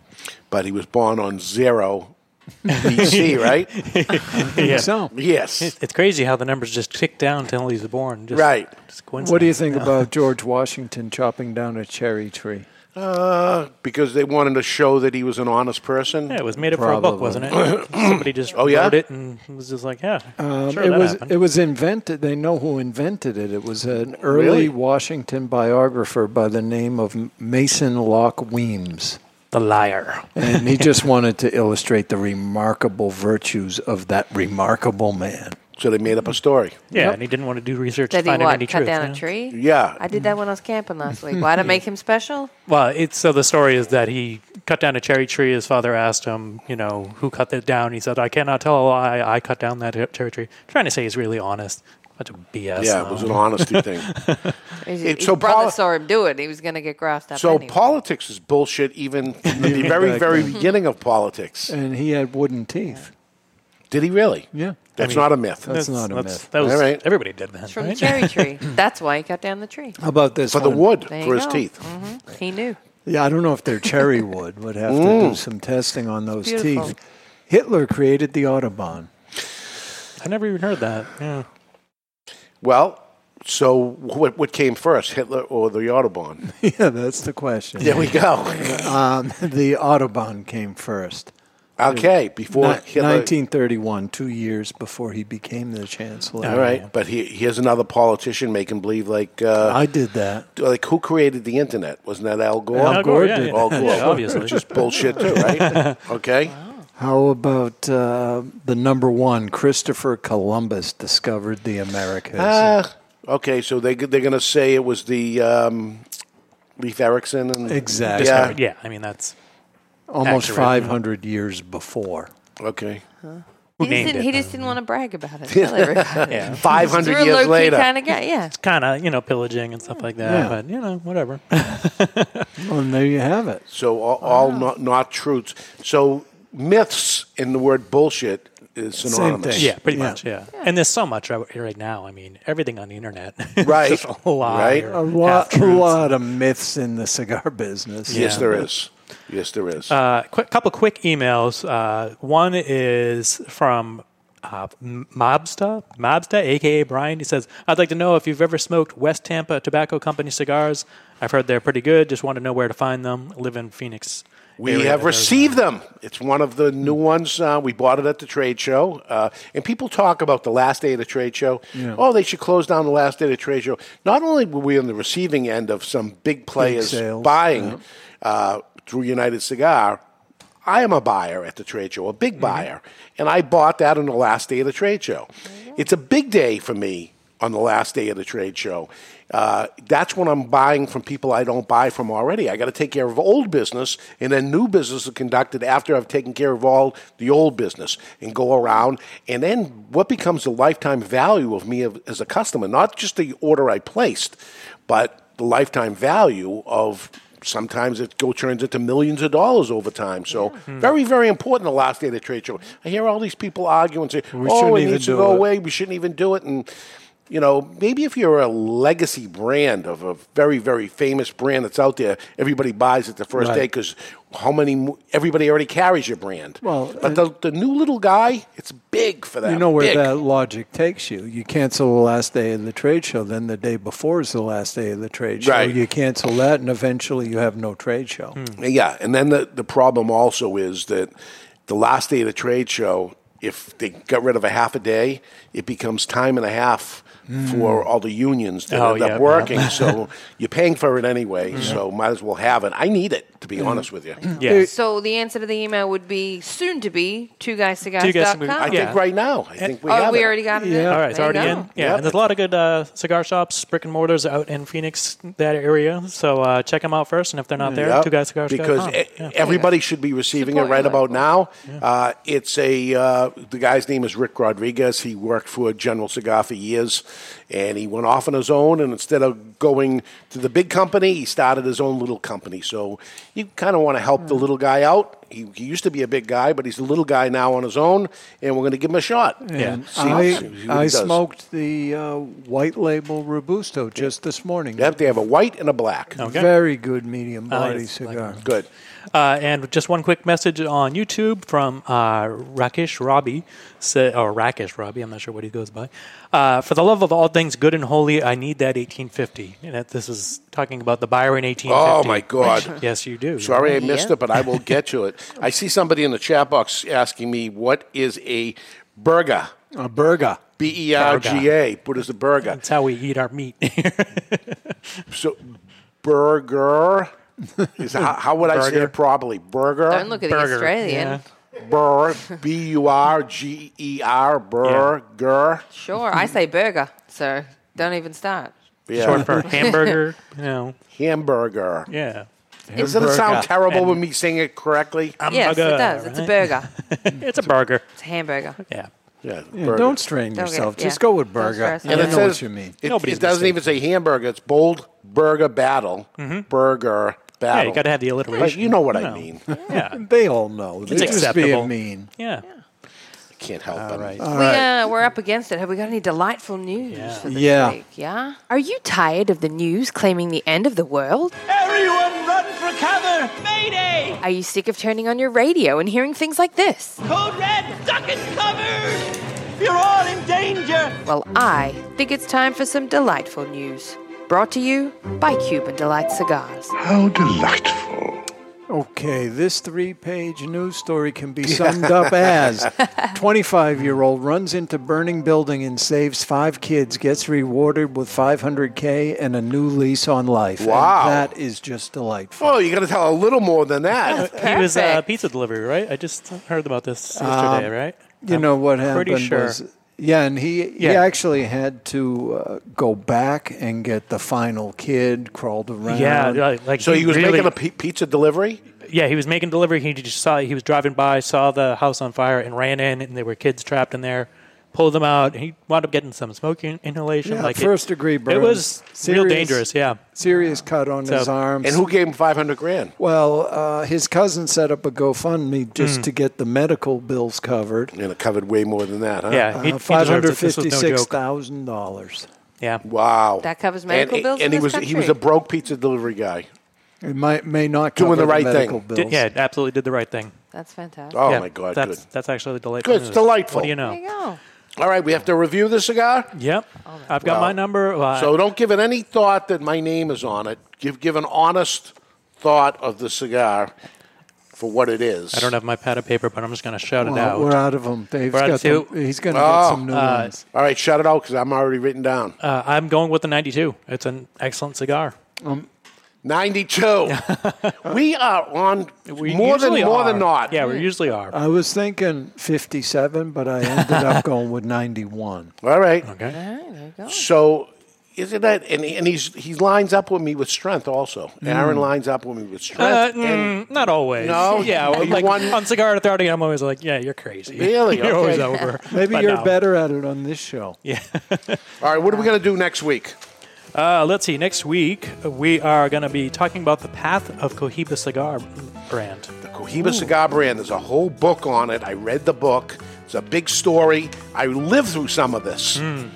Speaker 3: but he was born on zero BC, right?
Speaker 2: Yeah.
Speaker 3: Yes.
Speaker 2: It- It's crazy how the numbers just tick down until he's born. Just,
Speaker 3: Right.
Speaker 2: Just
Speaker 5: What do you
Speaker 2: coincidence.
Speaker 5: think
Speaker 2: Yeah.
Speaker 5: about George Washington chopping down a cherry tree?
Speaker 3: Uh, because they wanted to show that he was an honest person.
Speaker 2: Yeah, it was made up for a book, wasn't it? Somebody just
Speaker 3: oh yeah.
Speaker 2: wrote it and was just like, yeah,
Speaker 5: Um,
Speaker 2: sure
Speaker 5: it
Speaker 2: that
Speaker 5: was
Speaker 2: happened.
Speaker 5: it was invented. They know who invented it. It was an early
Speaker 2: Really?
Speaker 5: Washington biographer by the name of M- Mason Locke Weems,
Speaker 2: the liar.
Speaker 5: and he just wanted to illustrate the remarkable virtues of that remarkable man.
Speaker 3: So they made up a story.
Speaker 2: Yeah, and he didn't want to do research
Speaker 4: Did
Speaker 2: to
Speaker 4: he
Speaker 2: find out
Speaker 4: what?
Speaker 2: any
Speaker 4: Cut
Speaker 2: truth.
Speaker 4: down
Speaker 2: yeah.
Speaker 4: a tree?
Speaker 3: Yeah.
Speaker 4: I did that when I was camping last week. Why to make him special?
Speaker 2: Well, it's so the story is that he cut down a cherry tree. His father asked him, you know, who cut that down. He said, I cannot tell a lie. I cut down that cherry tree. Trying to say he's really honest. Bunch of BS.
Speaker 3: Yeah, it was an honesty thing.
Speaker 4: His,
Speaker 3: It-
Speaker 4: his
Speaker 3: so
Speaker 4: brother
Speaker 3: Paul-
Speaker 4: saw him do it. He was going to get grassed up.
Speaker 3: So
Speaker 4: anyway.
Speaker 3: politics is bullshit, even in the very,
Speaker 5: Back
Speaker 3: very
Speaker 5: then.
Speaker 3: beginning of politics.
Speaker 5: And he had wooden teeth.
Speaker 3: Did he really?
Speaker 5: Yeah.
Speaker 3: That's
Speaker 5: I mean,
Speaker 3: not a myth.
Speaker 5: That's, not a myth.
Speaker 2: That was,
Speaker 3: All right.
Speaker 2: Everybody did that.
Speaker 4: It's from
Speaker 2: right?
Speaker 4: the cherry tree. That's why he cut down the tree.
Speaker 5: How about this
Speaker 3: For the
Speaker 5: one?
Speaker 3: wood,
Speaker 4: There you go. Mhm. He knew.
Speaker 5: Yeah, I don't know if they're cherry wood. Would have to do
Speaker 3: Mm.
Speaker 5: some testing on those
Speaker 4: Beautiful.
Speaker 5: teeth. Hitler created the Autobahn.
Speaker 2: I never even heard that. Yeah.
Speaker 3: Well, so what, what came first, Hitler or the Autobahn?
Speaker 5: Yeah, that's the question.
Speaker 3: There we go.
Speaker 5: um, the Autobahn came first.
Speaker 3: Okay, before
Speaker 5: Ni-
Speaker 3: Hitler-
Speaker 5: 1931, two years before he became the chancellor.
Speaker 3: All right, but he, here's another politician making believe like uh,
Speaker 5: I did that.
Speaker 3: like who created the internet? Wasn't that Al Gore?
Speaker 5: Al Al Gore, Gore yeah, did. yeah.
Speaker 3: Al Gore,
Speaker 5: Yeah, obviously.
Speaker 3: which is bullshit too, right? Okay,
Speaker 5: How about uh, the number one? Christopher Columbus discovered the Americas.
Speaker 3: ah, okay, so they they're gonna say it was the um, Leif Erikson and
Speaker 5: Exactly.
Speaker 3: yeah,
Speaker 2: yeah. I mean, that's
Speaker 5: almost
Speaker 2: accurate.
Speaker 5: 500 years before.
Speaker 3: Okay.
Speaker 4: He just,
Speaker 2: named
Speaker 4: didn't,
Speaker 2: it?
Speaker 4: he just didn't want to brag about it. Tell everybody.
Speaker 2: Yeah.
Speaker 4: He's a real low-key kind of guy. Yeah.
Speaker 2: It's kind of, you know, pillaging and stuff like that.
Speaker 3: Yeah.
Speaker 2: But, you know, whatever.
Speaker 5: Well, and there you have it.
Speaker 3: So all, all not not truths. So myths in the word bullshit is synonymous.
Speaker 2: Yeah, pretty much. Yeah. And there's so much right right now. I mean, everything on the internet.
Speaker 3: Right.
Speaker 2: Just a lie.
Speaker 3: Right.
Speaker 2: or
Speaker 5: A lot, a
Speaker 2: half-truths.
Speaker 5: lot of myths in the cigar business.
Speaker 3: Yes, there is. Yes, there is.
Speaker 2: Uh, quick, couple quick emails. Uh, one is from uh, M- Mobsta, Mobsta, aka Brian. He says, "I'd like to know if you've ever smoked West Tampa Tobacco Company cigars. I've heard they're pretty good. Just want to know where to find them. Live in Phoenix.
Speaker 3: We
Speaker 2: area
Speaker 3: have
Speaker 2: of Arizona."
Speaker 3: received them. It's one of the new ones. Uh, we bought it at the trade show. Uh, and people talk about the last day of the trade show.
Speaker 5: Yeah.
Speaker 3: Oh, they should close down the last day of the trade show. Not only were we on the receiving end of some big players
Speaker 5: sales,
Speaker 3: buying uh, through United Cigar, I am a buyer at the trade show, a big buyer. And I bought that on the last day of the trade show. It's a big day for me on the last day of the trade show. Uh, that's when I'm buying from people I don't buy from already. I got to take care of old business, and then new business is conducted after I've taken care of all the old business and go around. And then what becomes the lifetime value of me of- as a customer, not just the order I placed, but the lifetime value of sometimes it go turns into millions of dollars over time. So
Speaker 5: Hmm.
Speaker 3: very, very important the last day of the trade show. I hear all these people arguing say,
Speaker 5: We
Speaker 3: oh,
Speaker 5: shouldn't
Speaker 3: it
Speaker 5: even
Speaker 3: needs to
Speaker 5: do
Speaker 3: go
Speaker 5: it."
Speaker 3: away. We shouldn't even do it. And you know, maybe if you're a legacy brand of a very, very famous brand that's out there, everybody buys it the first
Speaker 5: Right.
Speaker 3: day because how many? mo- Everybody already carries your brand.
Speaker 5: Well,
Speaker 3: but the, the new little guy, it's big for that.
Speaker 5: You know where
Speaker 3: big.
Speaker 5: that logic takes you. You cancel the last day of the trade show, then the day before is the last day of the trade show.
Speaker 3: Right.
Speaker 5: You cancel that, and eventually you have no trade show.
Speaker 2: Hmm.
Speaker 3: Yeah, and then the, the problem also is that the last day of the trade show, if they got rid of a half a day, it becomes time and a half for all the unions that
Speaker 2: Mm. Oh,
Speaker 3: end up
Speaker 2: yeah,
Speaker 3: working.
Speaker 2: yeah.
Speaker 3: so you're paying for it anyway,
Speaker 2: Mhm.
Speaker 3: so might as well have it. I need it, to be
Speaker 2: Mm.
Speaker 3: honest with you.
Speaker 4: So the answer to the email would be soon to be two guys cigars.
Speaker 3: Two guys- I think right now. I think we
Speaker 4: oh,
Speaker 3: have
Speaker 4: we
Speaker 3: it.
Speaker 4: already got it. in?
Speaker 2: All right, it's
Speaker 4: There you
Speaker 2: already
Speaker 4: go.
Speaker 2: in. Yeah, and there's a lot of good uh, cigar shops, brick and mortars out in Phoenix, that area. So uh, check them out first, and if they're not there,
Speaker 3: Yep,
Speaker 2: two guys cigars.
Speaker 3: Because e- everybody should be receiving it right about now. Uh, it's a uh, the guy's name is Rick Rodriguez. He worked for General Cigar for years, and he went off on his own. And instead of going to the big company, he started his own little company. So you kind of want to help the
Speaker 2: Hmm.
Speaker 3: little guy out. He, he used to be a big guy, but he's a little guy now on his own, and we're going to give him a shot.
Speaker 5: And
Speaker 3: See- see what
Speaker 5: I,
Speaker 3: he
Speaker 5: I
Speaker 3: does.
Speaker 5: smoked the uh, white label Robusto just this morning.
Speaker 3: Yep, they have a white and a black.
Speaker 2: Okay.
Speaker 5: Very good medium
Speaker 2: I like
Speaker 5: body
Speaker 2: it.
Speaker 5: cigar.
Speaker 3: Good.
Speaker 2: Uh, and just one quick message on YouTube from uh, Rakesh Robbie, sa- or Rakesh Robbie, I'm not sure what he goes by. Uh, For the love of all things good and holy, I need that 1850. And that- this is talking about the buyer in 1850.
Speaker 3: Oh my God!
Speaker 2: yes, you do.
Speaker 3: Sorry, I missed it, but I will get to it. I see somebody in the chat box asking me what is a burger.
Speaker 5: A burger.
Speaker 3: B e r g a. What is a burger? That's
Speaker 2: how we eat our meat.
Speaker 3: so, burger is how, how would I say
Speaker 2: Burger.
Speaker 3: it properly? Burger.
Speaker 4: Don't look at the Burger, Australian.
Speaker 3: Burr. B u r g e r. Burger.
Speaker 4: Sure, I say burger, so don't even start.
Speaker 3: Yeah.
Speaker 2: Short for hamburger, you know.
Speaker 3: Hamburger.
Speaker 2: Yeah.
Speaker 3: Doesn't it sound
Speaker 2: Hamburger.
Speaker 3: terrible
Speaker 2: And-
Speaker 3: when me saying it correctly?
Speaker 4: yes, it does. It's a burger.
Speaker 2: it's a burger.
Speaker 4: It's a hamburger.
Speaker 2: Yeah.
Speaker 3: Yeah,
Speaker 5: Yeah,
Speaker 3: burger.
Speaker 5: don't strain
Speaker 4: Don't get-
Speaker 5: yourself.
Speaker 4: yeah.
Speaker 5: Just go with
Speaker 4: Don't
Speaker 5: burger.
Speaker 4: stress
Speaker 5: I
Speaker 3: And it
Speaker 5: know what
Speaker 3: says-
Speaker 5: you mean.
Speaker 3: It, it doesn't even say hamburger. It's bold burger battle. Burger battle.
Speaker 2: Mm-hmm. Yeah, you gotta have the
Speaker 3: But
Speaker 2: alliteration.
Speaker 3: you know what
Speaker 2: You
Speaker 3: I
Speaker 2: know.
Speaker 3: mean.
Speaker 2: Yeah.
Speaker 5: They all know. They're
Speaker 2: It's
Speaker 5: just
Speaker 2: acceptable.
Speaker 5: being mean.
Speaker 2: Yeah.
Speaker 3: I can't help it.
Speaker 5: All
Speaker 4: we,
Speaker 5: right.
Speaker 4: uh, we're up against it. Have we got any delightful news for this
Speaker 5: Yeah.
Speaker 4: week? Yeah. Are you tired of the news claiming the end of the world?
Speaker 11: Everyone run for cover! Mayday!
Speaker 4: Are you sick of turning on your radio and hearing things like this?
Speaker 11: Code red, duck and cover! You're all in danger!
Speaker 4: Well, I think it's time for some delightful news. Brought to you by Cuban Delight Cigars.
Speaker 5: How delightful. Okay, this three page news story can be summed up as 25 year old runs into burning building and saves five kids, gets rewarded with 500K and a new lease on life. And
Speaker 3: Wow.
Speaker 5: that is just delightful.
Speaker 3: Oh, you got to tell a little more than that.
Speaker 2: He was uh, pizza delivery, right? I just heard about this yesterday,
Speaker 5: Um,
Speaker 2: right?
Speaker 5: You know what happened
Speaker 2: pretty sure.
Speaker 5: was, yeah, and he he
Speaker 2: Yeah.
Speaker 5: actually had to uh, go back and get the final kid crawled around.
Speaker 2: Yeah, like- like So he was really- making a pi-
Speaker 3: pizza delivery.
Speaker 2: Yeah, he was making delivery. He just saw he was driving by, saw the house on fire, and ran in. And there were kids trapped in there. Pulled them out. He wound up getting some smoke in- inhalation.
Speaker 5: Yeah,
Speaker 2: like it-
Speaker 5: first degree burns.
Speaker 2: It was real
Speaker 5: Serious-
Speaker 2: dangerous. Yeah.
Speaker 5: serious cut on
Speaker 2: So-
Speaker 5: his arms.
Speaker 2: And who
Speaker 3: gave him five hundred grand?
Speaker 5: Well, uh, his cousin set up a GoFundMe just
Speaker 2: Hmm.
Speaker 3: Mm.
Speaker 5: to get the medical bills covered.
Speaker 3: And it covered way more than that, huh?
Speaker 5: Uh, $556,000.
Speaker 2: Yeah.
Speaker 3: Wow.
Speaker 4: That covers
Speaker 3: And-
Speaker 4: medical
Speaker 3: and,
Speaker 4: bills in
Speaker 3: And he
Speaker 4: this
Speaker 3: was he was
Speaker 4: country?
Speaker 3: a broke pizza delivery guy.
Speaker 5: It might, may not cover
Speaker 3: Doing the right
Speaker 5: medical
Speaker 3: thing.
Speaker 5: bills.
Speaker 2: Did- yeah, absolutely did the right thing.
Speaker 4: That's fantastic.
Speaker 3: Oh
Speaker 2: Yeah,
Speaker 3: my God,
Speaker 2: That's
Speaker 3: good.
Speaker 2: that's actually delightful.
Speaker 3: Good, it's
Speaker 2: news.
Speaker 3: delightful.
Speaker 2: What do you know?
Speaker 3: All right, we have to review the cigar.
Speaker 2: Yep, I've got
Speaker 3: Wow.
Speaker 2: my number. Uh,
Speaker 3: so don't give it any thought that my name is on it. Give give an honest thought of the cigar for what it is.
Speaker 2: I don't have my pad of paper, but I'm just going to shout it
Speaker 5: Well,
Speaker 2: out.
Speaker 5: we're out of them. Dave's
Speaker 2: We're out
Speaker 5: got
Speaker 2: of two.
Speaker 5: them. He's going to
Speaker 2: Oh.
Speaker 5: get some new
Speaker 2: Uh,
Speaker 5: ones.
Speaker 3: All right, shout it out because I'm already written down.
Speaker 2: Uh, I'm going with the 92. It's an excellent cigar.
Speaker 5: Um,
Speaker 3: 92. we are on more than
Speaker 5: usually
Speaker 3: more
Speaker 5: are.
Speaker 3: than not.
Speaker 5: Yeah, we
Speaker 2: usually are.
Speaker 5: I was thinking 57, but I ended up going with 91.
Speaker 3: All right.
Speaker 2: Okay.
Speaker 3: So isn't that and, and he's he lines up with me with strength also. Aaron lines up with me with
Speaker 2: Hmm. Uh,
Speaker 3: strength. and
Speaker 2: mm, not always.
Speaker 3: No?
Speaker 2: Yeah.
Speaker 3: You
Speaker 2: Like
Speaker 3: won-
Speaker 2: on cigar authority, I'm always like, yeah, you're crazy.
Speaker 3: Really?
Speaker 2: you're always
Speaker 3: Okay.
Speaker 2: over.
Speaker 5: Maybe
Speaker 2: But
Speaker 5: you're
Speaker 2: no.
Speaker 5: better at it on this show.
Speaker 2: Yeah.
Speaker 3: All right. What are we going to do next week?
Speaker 2: Uh, let's see. Next week we are going to be talking about the path of Cohiba cigar brand.
Speaker 3: The Cohiba cigar brand. There's a whole book on it. I read the book. It's a big story. I lived through some of this.
Speaker 2: Hmm.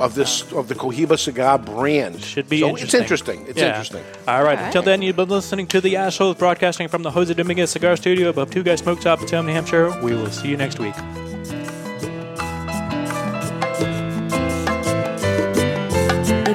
Speaker 3: Of this of the Cohiba cigar brand. Should
Speaker 2: be
Speaker 3: so
Speaker 2: interesting.
Speaker 3: it's interesting. It's
Speaker 2: Yeah.
Speaker 3: interesting.
Speaker 2: All right. Until then, you've been listening to the assholes broadcasting from the Jose Dominguez Cigar Studio above Two Guys Smoke Shop in Salem, New Hampshire. We will see you next week.
Speaker 12: The